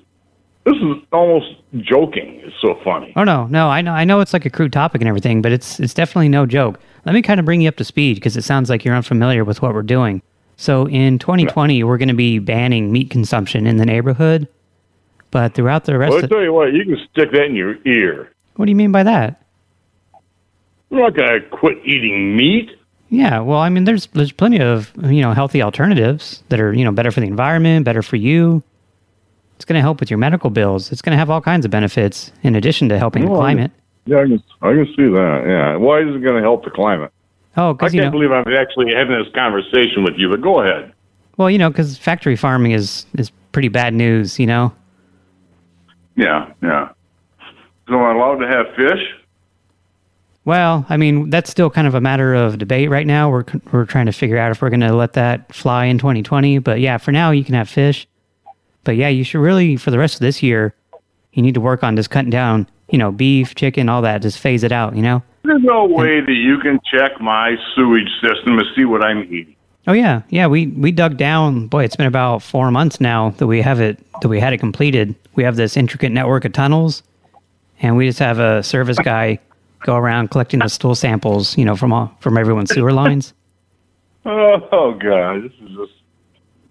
Speaker 5: this is almost joking. It's so funny.
Speaker 2: Oh no, no, I know, I know it's like a crude topic and everything, but it's it's definitely no joke. Let me kind of bring you up to speed because it sounds like you're unfamiliar with what we're doing. So in 2020, we're going to be banning meat consumption in the neighborhood, but throughout the rest
Speaker 5: Well, I
Speaker 2: of
Speaker 5: tell you what, you can stick that in your ear.
Speaker 2: what do you mean by that?
Speaker 5: You're not gonna quit eating meat.
Speaker 2: Yeah, well, I mean, there's there's plenty of you know healthy alternatives that are you know better for the environment, better for you. It's going to help with your medical bills. It's going to have all kinds of benefits in addition to helping the
Speaker 5: Well, I-
Speaker 2: climate.
Speaker 5: Yeah, I can, I can see that. Yeah. Why is it going to help the climate?
Speaker 2: Oh,
Speaker 5: I
Speaker 2: because
Speaker 5: can't
Speaker 2: you know,
Speaker 5: believe I'm actually having this conversation with you, but go ahead.
Speaker 2: well, you know, because factory farming is is pretty bad news. You know.
Speaker 5: Yeah, yeah. So am I allowed to have fish?
Speaker 2: Well, I mean, that's still kind of a matter of debate right now. We're we're trying to figure out if we're going to let that fly in 2020. But yeah, for now, you can have fish. But yeah, you should really for the rest of this year, you need to work on just cutting down. You know, beef, chicken, all that. Just phase it out. You know.
Speaker 5: There's no way that you can check my sewage system and see what I'm eating.
Speaker 2: Oh yeah, yeah. We we dug down. Boy, it's been about four months now that we have it that we had it completed. We have this intricate network of tunnels, and we just have a service guy go around collecting the stool samples. You know, from all from everyone's sewer lines.
Speaker 5: Oh, oh, God, this is just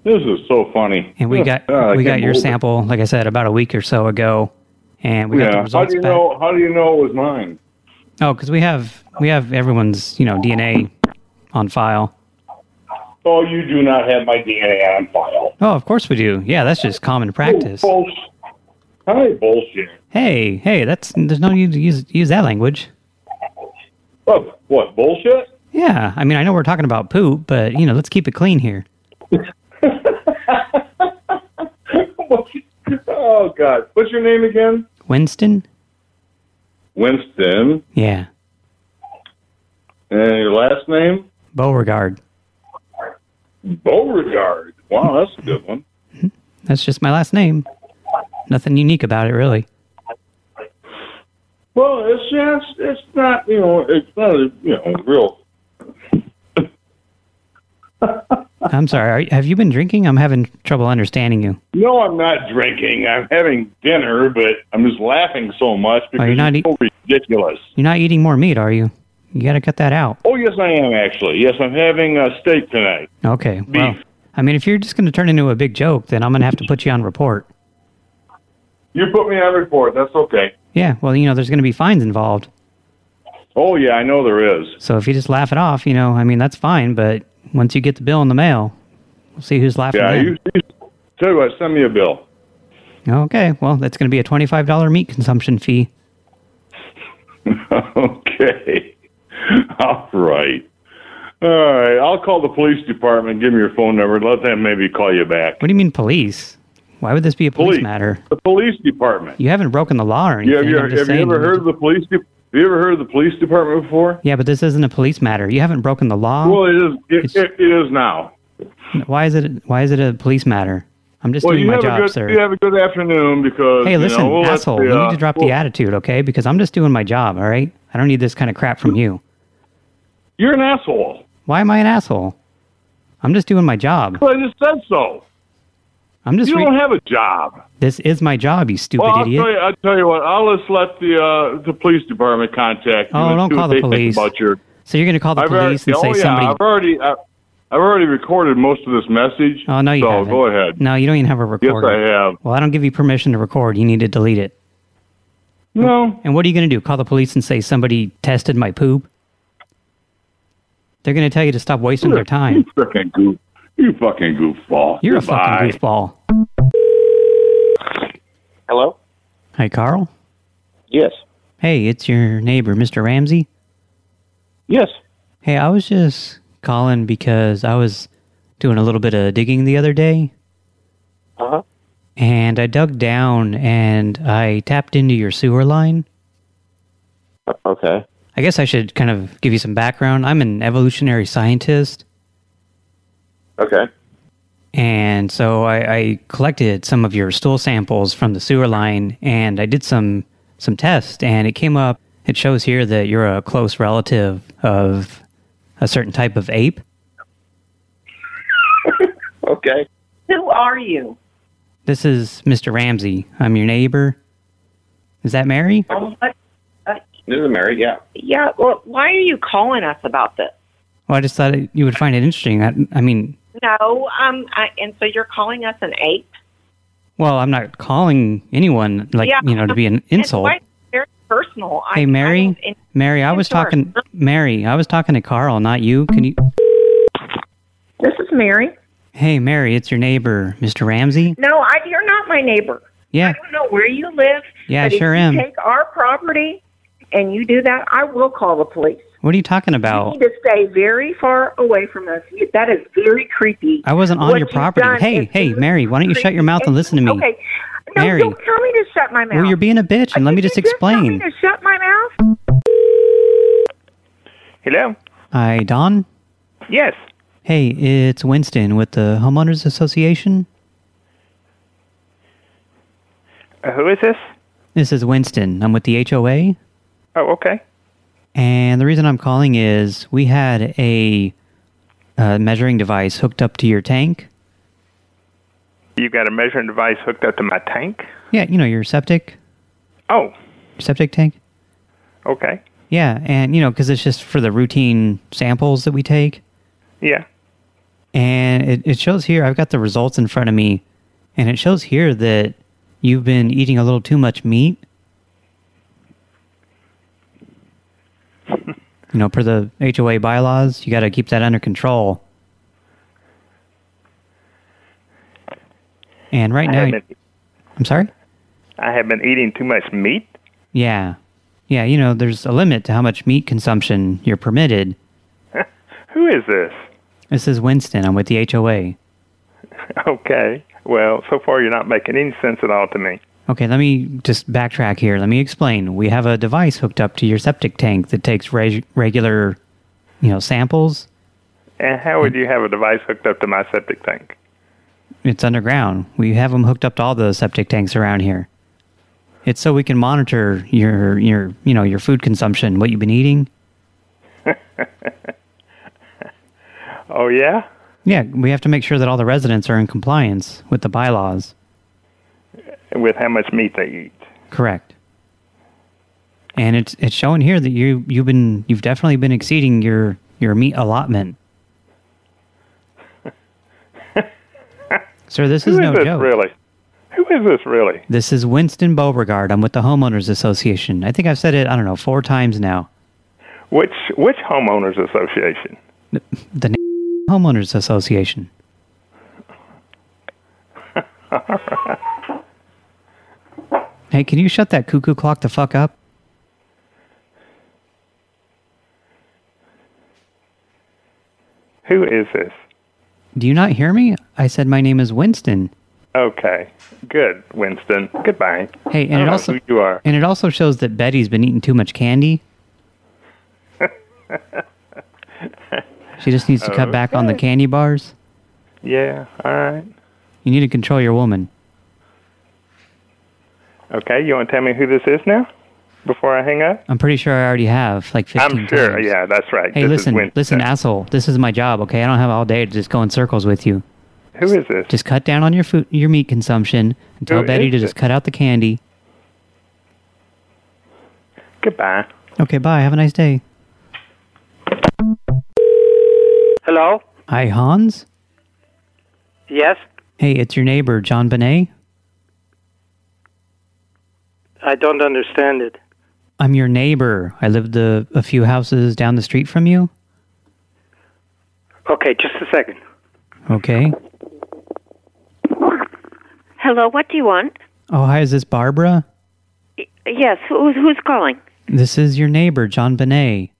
Speaker 5: this is so funny.
Speaker 2: And we got
Speaker 5: Ah, I
Speaker 2: we got
Speaker 5: can't
Speaker 2: your
Speaker 5: believe it.
Speaker 2: sample, like I said, about a week or so ago, and we
Speaker 5: yeah.
Speaker 2: got the
Speaker 5: how do
Speaker 2: results
Speaker 5: you
Speaker 2: back.
Speaker 5: know? How do you know it was mine?
Speaker 2: Oh, because we have we have everyone's you know DNA on file.
Speaker 5: Oh, you do not have my DNA on file.
Speaker 2: Oh, of course we do. Yeah, that's just common practice.
Speaker 5: Oh, bullsh- Hi, bullshit.
Speaker 2: Hey, hey, that's there's no need to use use that language.
Speaker 5: Oh, what bullshit?
Speaker 2: Yeah, I mean I know we're talking about poop, but you know let's keep it clean here.
Speaker 5: (laughs) Oh God, what's your name again?
Speaker 2: Winston.
Speaker 5: Winston.
Speaker 2: Yeah,
Speaker 5: And your last name?
Speaker 2: Beauregard.
Speaker 5: Beauregard. Wow, that's a good one.
Speaker 2: That's just my last name. Nothing unique about it, really.
Speaker 5: Well, it's just, it's not, you know, it's not, a, you know, real.
Speaker 2: I'm sorry. Are, have you been drinking? I'm having trouble understanding you.
Speaker 5: No, I'm not drinking. I'm having dinner, but I'm just laughing so much because
Speaker 2: you're not
Speaker 5: it's so ridiculous.
Speaker 2: You're not eating more meat, are you? You got to cut that out.
Speaker 5: Oh, yes, I am actually. Yes, I'm having a steak tonight.
Speaker 2: Okay. Well, I mean, if you're just going to turn into a big joke, then I'm going to have to put you on report.
Speaker 5: You put me on report. That's okay.
Speaker 2: Yeah. Well, you know, there's going to be fines involved.
Speaker 5: Oh yeah, I know there is.
Speaker 2: So if you just laugh it off, you know, I mean, that's fine. But once you get the bill in the mail, we'll see who's laughing.
Speaker 5: yeah,
Speaker 2: then.
Speaker 5: you, you tell you what, send me a bill. (laughs)
Speaker 2: Okay. Well, that's going to be a $25 meat consumption fee.
Speaker 5: okay. (laughs) All right. All right. I'll call the police department. Give me your phone number. Let them maybe call you back.
Speaker 2: What do you mean, police? Why would this be a police, matter?
Speaker 5: The police department.
Speaker 2: You haven't broken the law or anything.
Speaker 5: Yeah, have you,
Speaker 2: I'm
Speaker 5: have
Speaker 2: just
Speaker 5: you
Speaker 2: saying
Speaker 5: ever
Speaker 2: you're-
Speaker 5: heard of the police? De- have you ever heard of the police department before?
Speaker 2: Yeah, but this isn't a police matter. You haven't broken the law.
Speaker 5: Well, it is. It, it, it is now.
Speaker 2: why is it? Why is it a police matter? I'm just
Speaker 5: well,
Speaker 2: doing
Speaker 5: you
Speaker 2: my
Speaker 5: have
Speaker 2: job,
Speaker 5: a good.
Speaker 2: sir.
Speaker 5: You have a good afternoon because.
Speaker 2: Hey,
Speaker 5: you
Speaker 2: listen,
Speaker 5: know, we'll let
Speaker 2: asshole.
Speaker 5: the,
Speaker 2: you
Speaker 5: uh,
Speaker 2: need to drop the
Speaker 5: well,
Speaker 2: attitude, okay? Because I'm just doing my job, all right? I don't need this kind of crap from you.
Speaker 5: You're an asshole.
Speaker 2: Why am I an asshole? I'm just doing my job.
Speaker 5: Well, I just said so.
Speaker 2: I'm just
Speaker 5: you
Speaker 2: re-
Speaker 5: don't have a job.
Speaker 2: This is my job, you stupid
Speaker 5: well, I'll
Speaker 2: idiot.
Speaker 5: Tell you, I'll tell you what. I'll just let the uh, the police department contact you.
Speaker 2: Oh,
Speaker 5: and
Speaker 2: don't
Speaker 5: see what
Speaker 2: call the
Speaker 5: they think
Speaker 2: police.
Speaker 5: About your,
Speaker 2: So you're going to call the
Speaker 5: I've
Speaker 2: police
Speaker 5: already,
Speaker 2: and say
Speaker 5: oh, yeah,
Speaker 2: somebody
Speaker 5: I've already, I, I've already recorded most of this message.
Speaker 2: Oh, no, you
Speaker 5: so
Speaker 2: haven't.
Speaker 5: go ahead.
Speaker 2: No, you don't even have a
Speaker 5: Yes,
Speaker 2: recorder.
Speaker 5: I have.
Speaker 2: Well, I don't give you permission to record. You need to delete it.
Speaker 5: No.
Speaker 2: And what are you going to do? Call the police and say somebody tested my poop? They're going to tell you to stop wasting their time.
Speaker 5: You fucking goof. You fucking goofball.
Speaker 2: You're a
Speaker 5: Goodbye.
Speaker 2: fucking goofball.
Speaker 3: Hello?
Speaker 2: Hi, Carl.
Speaker 3: Yes.
Speaker 2: Hey, it's your neighbor, Mr. Ramsey.
Speaker 3: Yes.
Speaker 2: Hey, I was just calling because I was doing a little bit of digging the other day.
Speaker 14: Uh-huh.
Speaker 2: And I dug down and I tapped into your sewer line.
Speaker 14: Uh, Okay.
Speaker 2: I guess I should kind of give you some background. I'm an evolutionary scientist.
Speaker 14: Okay.
Speaker 2: And so I, I collected some of your stool samples from the sewer line and I did some some tests and it came up it shows here that you're a close relative of a certain type of ape.
Speaker 14: Okay.
Speaker 18: Who are you?
Speaker 2: This is Mr. Ramsey. I'm your neighbor. Is that Mary?
Speaker 18: Oh, what-
Speaker 14: This is Mary, yeah.
Speaker 18: Yeah, well, why are you calling us about this?
Speaker 2: Well, I just thought it, you would find it interesting. I, I mean,
Speaker 18: No, um, I, and so you're calling us an ape?
Speaker 2: well, I'm not calling anyone like
Speaker 18: Yeah.
Speaker 2: you know to be an
Speaker 18: (laughs) It's
Speaker 2: insult.
Speaker 18: quite very personal. I-
Speaker 2: Hey, Mary,
Speaker 18: I,
Speaker 2: Mary, I was
Speaker 18: Sure.
Speaker 2: talking. Mary, I was talking to Carl, not you. Can you?
Speaker 18: this is Mary.
Speaker 2: Hey, Mary, it's your neighbor, Mr. Ramsey.
Speaker 18: No, I, you're not my neighbor.
Speaker 2: Yeah,
Speaker 18: I don't know where you live.
Speaker 2: Yeah, I
Speaker 18: but if
Speaker 2: sure
Speaker 18: you
Speaker 2: am.
Speaker 18: Take our property, and you do that, I will call the police.
Speaker 2: what are you talking
Speaker 18: You
Speaker 2: about?
Speaker 18: need to stay very far away from us. That is very creepy.
Speaker 2: I wasn't on
Speaker 18: What
Speaker 2: your
Speaker 18: you've
Speaker 2: property.
Speaker 18: done
Speaker 2: Hey,
Speaker 18: is
Speaker 2: hey, Mary, why don't you shut your mouth and listen to me?
Speaker 18: Okay. No,
Speaker 2: Mary.
Speaker 18: don't tell me to shut my mouth.
Speaker 2: Well, you're being a bitch, and let me just
Speaker 18: Tell me
Speaker 2: explain.
Speaker 18: to shut my mouth.
Speaker 3: Hello?
Speaker 2: Hi, Don.
Speaker 3: Yes.
Speaker 2: Hey, it's Winston with the Homeowners Association.
Speaker 3: Uh, who is this?
Speaker 2: This is Winston. I'm with the HOA.
Speaker 3: Oh, okay.
Speaker 2: And the reason I'm calling is we had a uh, measuring device hooked up to your tank.
Speaker 3: You got a measuring device hooked up to my tank?
Speaker 2: Yeah, you know, your septic,
Speaker 3: Oh,
Speaker 2: septic tank.
Speaker 3: okay.
Speaker 2: Yeah, and you know, because it's just for the routine samples that we take.
Speaker 3: Yeah.
Speaker 2: And it, it shows here, I've got the results in front of me, and it shows here that you've been eating a little too much meat. you know, per the HOA bylaws, you got to keep that under control. And right
Speaker 3: I
Speaker 2: now,
Speaker 3: haven't-
Speaker 2: I'm sorry?
Speaker 3: I have been eating too much meat.
Speaker 2: Yeah. Yeah, you know, there's a limit to how much meat consumption you're permitted.
Speaker 3: Who is this? (laughs)
Speaker 2: This is Winston. I'm with the HOA.
Speaker 3: Okay. Well, so far you're not making any sense at all to me.
Speaker 2: Okay, let me just backtrack here. Let me explain. We have a device hooked up to your septic tank that takes reg- regular, you know, samples.
Speaker 3: And how would you have a device hooked up to my septic tank?
Speaker 2: It's underground. We have them hooked up to all the septic tanks around here. It's so we can monitor your your you know your food consumption, what you've been eating.
Speaker 3: Oh, yeah?
Speaker 2: Yeah, we have to make sure that all the residents are in compliance with the bylaws.
Speaker 3: With how much meat they eat.
Speaker 2: Correct. And it's it's showing here that you you've been you've definitely been exceeding your your meat allotment. Sir, this
Speaker 3: Who
Speaker 2: is no
Speaker 3: this
Speaker 2: joke.
Speaker 3: really? Who is this really?
Speaker 2: This is Winston Beauregard. I'm with the homeowners association. I think I've said it I don't know four times now.
Speaker 3: Which which homeowners association?
Speaker 2: The n- homeowners association. Hey, can you shut that cuckoo clock the fuck up?
Speaker 3: Who is this?
Speaker 2: Do you not hear me? I said my name is Winston.
Speaker 3: Okay. Good, Winston. Goodbye.
Speaker 2: Hey, and it
Speaker 3: I don't know
Speaker 2: also
Speaker 3: who you are.
Speaker 2: and it also shows that Betty's been eating too much
Speaker 3: (laughs)
Speaker 2: candy. She just needs to
Speaker 3: Oh.
Speaker 2: cut back on the
Speaker 3: Okay.
Speaker 2: candy bars.
Speaker 3: Yeah, all right.
Speaker 2: You need to control your woman.
Speaker 3: Okay, you want to tell me who this is now before I hang up?
Speaker 2: I'm pretty sure I already have like 15
Speaker 3: I'm sure.
Speaker 2: times.
Speaker 3: Yeah, that's right.
Speaker 2: Hey,
Speaker 3: this
Speaker 2: listen,
Speaker 3: Is Winston.
Speaker 2: listen, asshole. This is my job, okay? I don't have all day to just go in circles with you.
Speaker 3: Who is this?
Speaker 2: Just cut down on your food, your meat consumption, and tell
Speaker 3: Who
Speaker 2: Betty
Speaker 3: is
Speaker 2: to just
Speaker 3: it?
Speaker 2: cut out the candy.
Speaker 3: Goodbye.
Speaker 2: Okay, bye. Have a nice day.
Speaker 3: Hello?
Speaker 2: Hi, Hans.
Speaker 3: Yes,
Speaker 2: Hey, it's your neighbor, John Benet.
Speaker 3: I don't understand it.
Speaker 2: I'm your neighbor. I lived a, a few houses down the street from you.
Speaker 3: Okay, just a second.
Speaker 2: Okay.
Speaker 6: Hello, what do you want?
Speaker 2: Oh, hi. Is this Barbara?
Speaker 6: Yes, who's who's calling?
Speaker 2: This is your neighbor, John Benet.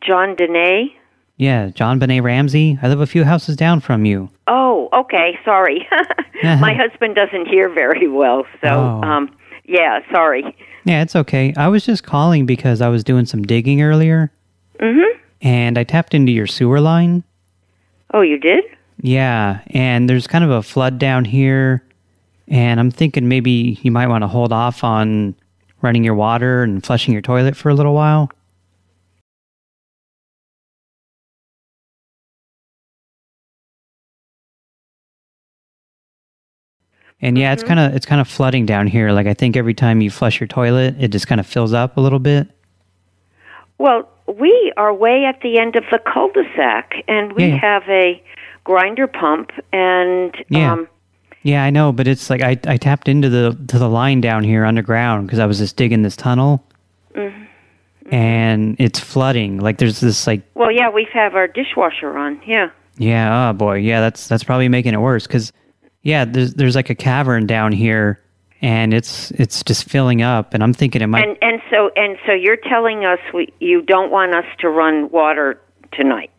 Speaker 6: John Dene?
Speaker 2: Yeah, John Benet Ramsey. I live a few houses down from you.
Speaker 6: Oh, okay. Sorry. (laughs) My husband doesn't hear very well, so
Speaker 2: Uh-huh. Oh.
Speaker 6: um yeah, sorry.
Speaker 2: Yeah, it's okay. I was just calling because I was doing some digging earlier,
Speaker 6: Mhm.
Speaker 2: and I tapped into your sewer line.
Speaker 6: Oh, you did?
Speaker 2: Yeah, and there's kind of a flood down here, and I'm thinking maybe you might want to hold off on running your water and flushing your toilet for a little while. And yeah, it's kind of it's kind of flooding down here. Like I think every time you flush your toilet, it just kind of fills up a little bit.
Speaker 6: Well, we are way at the end of the cul-de-sac and we
Speaker 2: Yeah.
Speaker 6: have a grinder pump and
Speaker 2: Yeah.
Speaker 6: um
Speaker 2: Yeah, I know, but it's like I I tapped into the to the line down here underground because I was just digging this tunnel
Speaker 6: mhm.
Speaker 2: and it's flooding. Like there's this like
Speaker 6: well, yeah, we have our dishwasher on. Yeah.
Speaker 2: yeah, oh boy, yeah, that's that's probably making it worse because yeah, there's there's like a cavern down here and it's it's just filling up and I'm thinking it might
Speaker 6: and and so and so you're telling us we, you don't want us to run water tonight.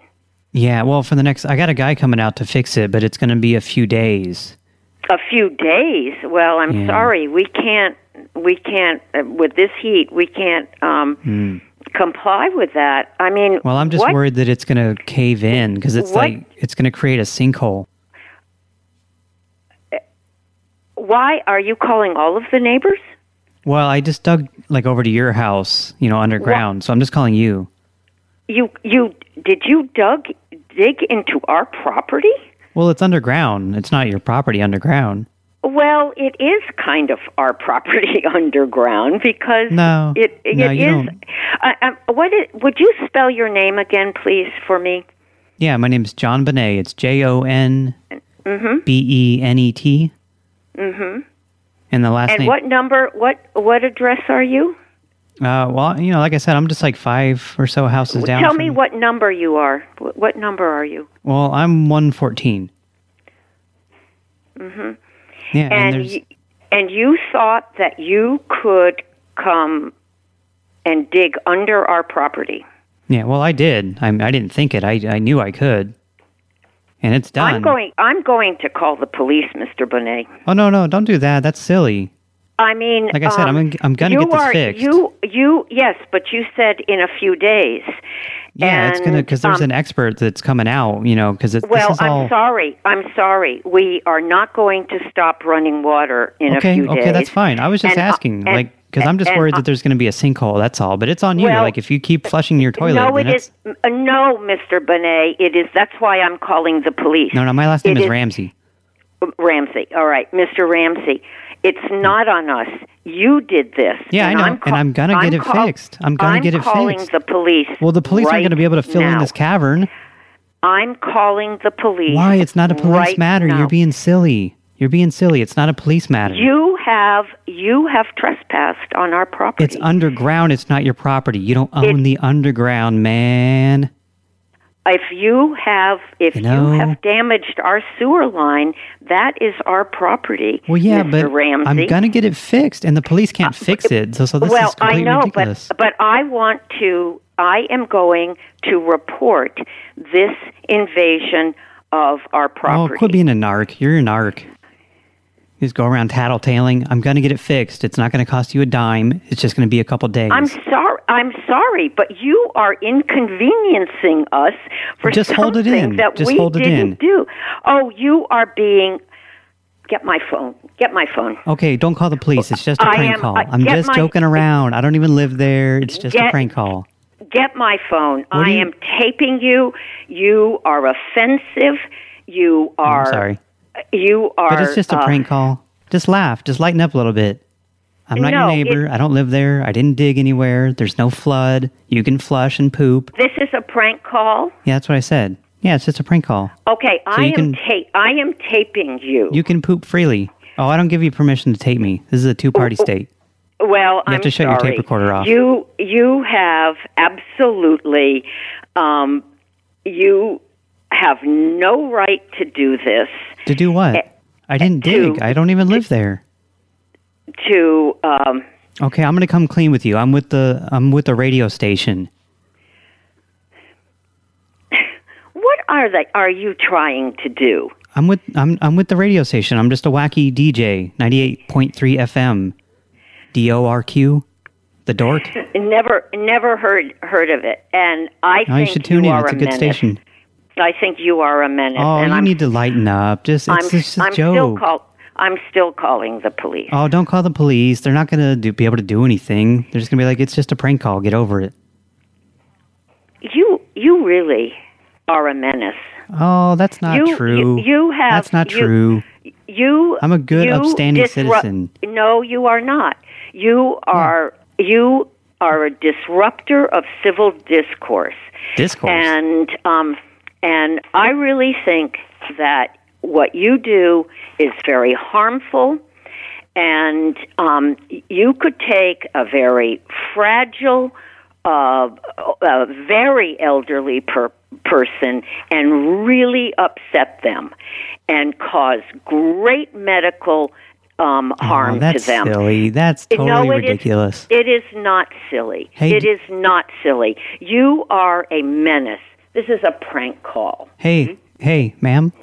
Speaker 2: yeah, well for the next I got a guy coming out to fix it, but it's going to be a few days.
Speaker 6: A few days. Well, I'm
Speaker 2: Yeah.
Speaker 6: sorry, we can't. We can't uh, with this heat. We can't um,
Speaker 2: Hmm.
Speaker 6: comply with that. I mean,
Speaker 2: Well, I'm just
Speaker 6: what-
Speaker 2: worried that it's going to cave in because it's
Speaker 6: What-
Speaker 2: like it's going to create a sinkhole.
Speaker 6: Why are you calling all of the neighbors?
Speaker 2: Well, I just dug like over to your house, you know, underground. So I'm just calling you.
Speaker 6: You you did you dug dig into our property?
Speaker 2: Well, it's underground. It's not your property underground.
Speaker 6: Well, it is kind of our (laughs) property underground because
Speaker 2: No,
Speaker 6: it it is.
Speaker 2: no, you don't.
Speaker 6: I, I, what is, would you spell your name again, please, for me?
Speaker 2: Yeah, my name's John Benet. It's J O N
Speaker 6: Mm-hmm.
Speaker 2: B E N E T,
Speaker 6: Mm-hmm.
Speaker 2: and the last
Speaker 6: and
Speaker 2: name.
Speaker 6: what number? What what address are you?
Speaker 2: Uh, well, you know, like I said, I'm just like five or so houses down.
Speaker 6: Tell
Speaker 2: from-
Speaker 6: me what number you are. What, what number are you?
Speaker 2: Well, I'm one fourteen.
Speaker 6: hmm
Speaker 2: Yeah, and,
Speaker 6: and
Speaker 2: there's
Speaker 6: you, and you thought that you could come and dig under our property.
Speaker 2: yeah. Well, I did. I I didn't think it. I I knew I could, and it's done.
Speaker 6: I'm going. I'm going to call the police, Mr. Bonet.
Speaker 2: oh no, no, don't do that. That's silly.
Speaker 6: I mean,
Speaker 2: Like I said,
Speaker 6: um,
Speaker 2: I'm gonna- I'm gonna
Speaker 6: you
Speaker 2: get this
Speaker 6: are,
Speaker 2: fixed.
Speaker 6: You, you, yes, but you said in a few days.
Speaker 2: Yeah, it's gonna
Speaker 6: And,
Speaker 2: because there's
Speaker 6: um,
Speaker 2: an expert that's coming out. You know, because it's
Speaker 6: Well,
Speaker 2: this is
Speaker 6: I'm
Speaker 2: all
Speaker 6: sorry. I'm sorry. We are not going to stop running water in a
Speaker 2: okay.
Speaker 6: few
Speaker 2: okay,
Speaker 6: days.
Speaker 2: that's fine. I was just
Speaker 6: And, uh,
Speaker 2: asking,
Speaker 6: and-
Speaker 2: like, because I'm just
Speaker 6: and,
Speaker 2: worried
Speaker 6: uh,
Speaker 2: that there's gonna be a sinkhole. That's all. But it's on you.
Speaker 6: Well,
Speaker 2: like, if you keep flushing your toilet,
Speaker 6: no,
Speaker 2: then
Speaker 6: it
Speaker 2: it's-
Speaker 6: is. uh, No, Mr. Bonet, it is. That's why I'm calling the police.
Speaker 2: No, no, my last name
Speaker 6: It
Speaker 2: is
Speaker 6: is-
Speaker 2: Ramsey.
Speaker 6: Ramsey. All right, Mr. Ramsey. It's not on us. You did this.
Speaker 2: Yeah, I
Speaker 6: and
Speaker 2: know,
Speaker 6: I'm
Speaker 2: and I'm gonna get it fixed. I'm gonna get it
Speaker 6: calling
Speaker 2: fixed.
Speaker 6: the police.
Speaker 2: Well, the police
Speaker 6: right
Speaker 2: aren't gonna be able to fill in
Speaker 6: now.
Speaker 2: this cavern.
Speaker 6: I'm calling the police.
Speaker 2: Why? It's not a police
Speaker 6: right
Speaker 2: matter.
Speaker 6: now.
Speaker 2: You're being silly. You're being silly. It's not a police matter.
Speaker 6: You have you have trespassed on our property.
Speaker 2: it's underground. It's not your property. You don't own the underground, man.
Speaker 6: If you have if
Speaker 2: You
Speaker 6: you,
Speaker 2: know-
Speaker 6: have damaged our sewer line, that is our property.
Speaker 2: Well, yeah,
Speaker 6: Mr.
Speaker 2: but
Speaker 6: Ramsey. Uh,
Speaker 2: I'm gonna get it fixed, and the police can't fix it. So, so this
Speaker 6: well,
Speaker 2: is completely
Speaker 6: I know,
Speaker 2: ridiculous.
Speaker 6: but but I want to. I am going to report this invasion of our property.
Speaker 2: Oh, quit being a narc. You're a narc. You just go around tattletaling. I'm going to get it fixed. It's not going to cost you a dime. It's just going to be a couple days.
Speaker 6: I'm sorry. I'm sorry, but you are inconveniencing us for
Speaker 2: Just hold it
Speaker 6: something
Speaker 2: in.
Speaker 6: that
Speaker 2: Just
Speaker 6: we
Speaker 2: hold it
Speaker 6: didn't
Speaker 2: in.
Speaker 6: do. Oh, you are being. Get my phone. Get my phone.
Speaker 2: okay, don't call the police. It's just a
Speaker 6: I
Speaker 2: prank
Speaker 6: am-
Speaker 2: call.
Speaker 6: I-
Speaker 2: I'm
Speaker 6: get
Speaker 2: just
Speaker 6: my-
Speaker 2: joking around. I don't even live there. It's just a
Speaker 6: Get-
Speaker 2: prank call.
Speaker 6: Get my phone.
Speaker 2: What do
Speaker 6: I
Speaker 2: you-
Speaker 6: am taping you. You are offensive. You
Speaker 2: I'm
Speaker 6: are.
Speaker 2: sorry.
Speaker 6: You are.
Speaker 2: But it's just a
Speaker 6: uh,
Speaker 2: prank call. Just laugh. Just lighten up a little bit. I'm not
Speaker 6: No,
Speaker 2: your neighbor.
Speaker 6: it-
Speaker 2: I don't live there. I didn't dig anywhere. There's no flood. You can flush and poop.
Speaker 6: This is a prank call.
Speaker 2: Yeah, that's what I said. Yeah, it's just a prank call.
Speaker 6: Okay,
Speaker 2: So
Speaker 6: I
Speaker 2: you
Speaker 6: am
Speaker 2: can-
Speaker 6: ta- I am taping you.
Speaker 2: You can poop freely. Oh, I don't give you permission to tape me. This is a two-party
Speaker 6: Oh,
Speaker 2: state.
Speaker 6: Well,
Speaker 2: You
Speaker 6: I'm
Speaker 2: have to shut your
Speaker 6: sorry.
Speaker 2: tape recorder off.
Speaker 6: You you have absolutely um, you have no right to do this
Speaker 2: To do what? I didn't dig. I don't even live there.
Speaker 6: to um,
Speaker 2: Okay, I'm gonna come clean with you. I'm with the I'm with the radio station.
Speaker 6: are they? Are you trying to do?
Speaker 2: I'm with I'm I'm with the radio station. I'm just a wacky DJ, 98.3 FM, D O R Q, the dork.
Speaker 6: Never, never heard heard of it. And I
Speaker 2: Now you
Speaker 6: think
Speaker 2: should tune in.
Speaker 6: are
Speaker 2: It's a good
Speaker 6: menace.
Speaker 2: station.
Speaker 6: I think you are a menace.
Speaker 2: Oh,
Speaker 6: and
Speaker 2: you
Speaker 6: I'm,
Speaker 2: need to lighten up. Just
Speaker 6: I'm,
Speaker 2: it's just a
Speaker 6: I'm still
Speaker 2: joke.
Speaker 6: call. I'm still calling the police.
Speaker 2: Oh, don't call the police. They're not going to be able to do anything. They're just going to be like, it's just a prank call. Get over it.
Speaker 6: You, you really are a menace.
Speaker 2: Oh, that's not
Speaker 6: You-
Speaker 2: true.
Speaker 6: you- you have-
Speaker 2: That's not
Speaker 6: you-
Speaker 2: true.
Speaker 6: You.
Speaker 2: I'm a good,
Speaker 6: you
Speaker 2: upstanding
Speaker 6: disrupt-
Speaker 2: citizen.
Speaker 6: No, you are not. You are. You are a disruptor of civil discourse.
Speaker 2: Discourse.
Speaker 6: And um, and I really think that what you do is very harmful, and um, you could take a very fragile, uh, a very elderly per- person and really upset them, and cause great medical um, harm
Speaker 2: oh, that's
Speaker 6: to them.
Speaker 2: silly. That's
Speaker 6: No,
Speaker 2: totally
Speaker 6: it is-
Speaker 2: ridiculous.
Speaker 6: It is not silly.
Speaker 2: Hey,
Speaker 6: it
Speaker 2: d-
Speaker 6: is not silly. You are a menace. This is a prank call.
Speaker 2: Hey, hey, ma'am.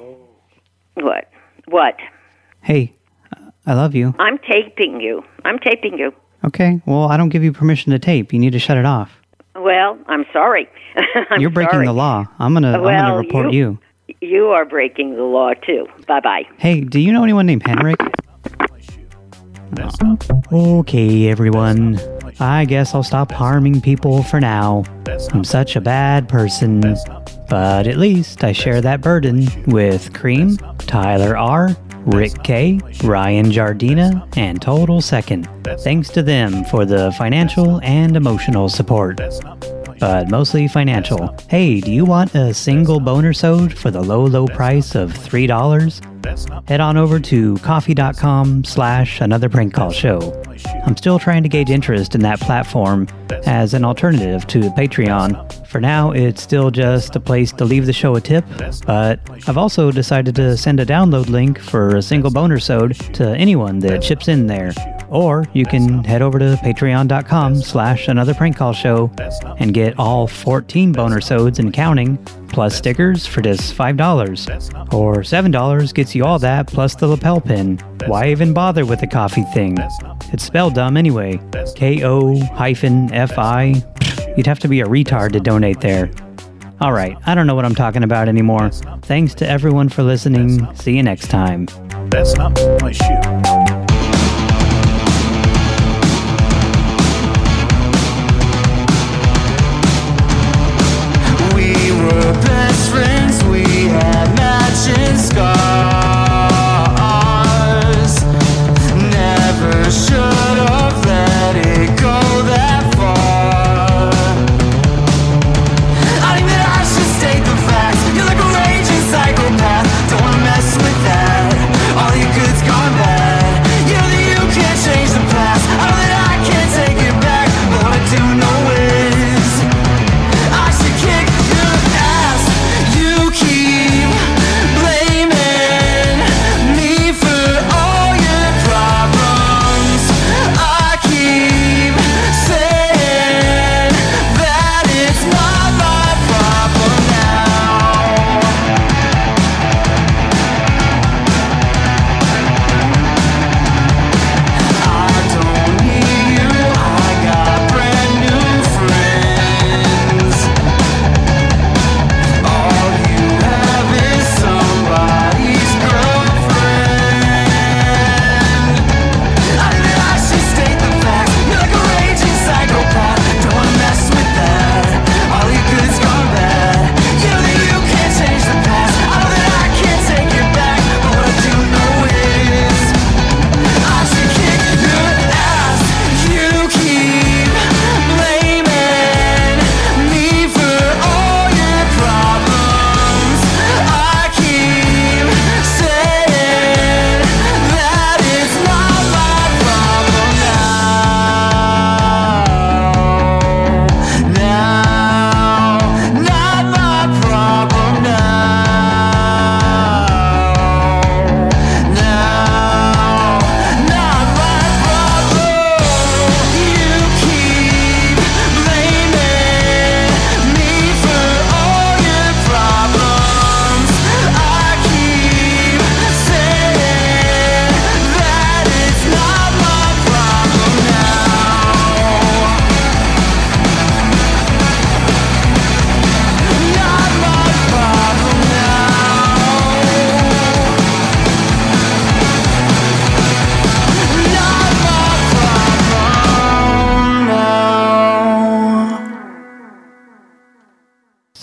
Speaker 6: What? What?
Speaker 2: Hey, I love you.
Speaker 6: I'm taping you. I'm taping you.
Speaker 2: Okay. Well, I don't give you permission to tape. You need to shut it off.
Speaker 6: Well, I'm sorry. (laughs) I'm
Speaker 2: You're breaking
Speaker 6: sorry.
Speaker 2: the law. I'm gonna I'm
Speaker 6: Well,
Speaker 2: gonna report
Speaker 6: you- You are breaking the law too. Bye bye.
Speaker 2: Hey, do you know anyone named Henrik?
Speaker 6: No.
Speaker 2: Okay, everyone. I guess I'll stop harming people for now. I'm such a bad person. But at least I share that burden with Cream, Tyler R., Rick K., Ryan Jardina, and Total Second. Thanks to them for the financial and emotional support. But mostly financial. Hey, do you want a single boner sode for the low, low price of $3? Head on over to coffee.com slash another prank call show. I'm still trying to gauge interest in that platform as an alternative to Patreon. For now, it's still just a place to leave the show a tip, but I've also decided to send a download link for a single boner sode to anyone that chips in there. Or you can head over to patreon.com slash another prank call show and get all 14 boner sodes and counting, plus stickers for just $5. Or $7 gets you all that plus the lapel pin. Why even bother with the coffee thing? It's spelled dumb anyway. K-O hyphen F-I. Pfft, You'd have to be a retard to donate there. All right, I don't know what I'm talking about anymore. Thanks to everyone for listening. See you next time.
Speaker 7: That's not my shoe.
Speaker 8: We were best friends, we had matching scars. Never should have let it go that far. I think that I should state the facts. You're like a raging psychopath. Don't wanna mess with that. All your good's gone bad.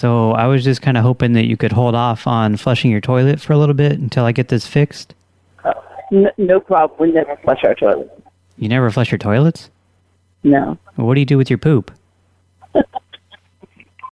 Speaker 2: was just kind of hoping that you could hold off on flushing your toilet for a little bit until I get this fixed.
Speaker 18: N- no problem. We never flush our toilet.
Speaker 2: You never flush your toilets?
Speaker 18: No.
Speaker 2: Well, what do you do with your poop?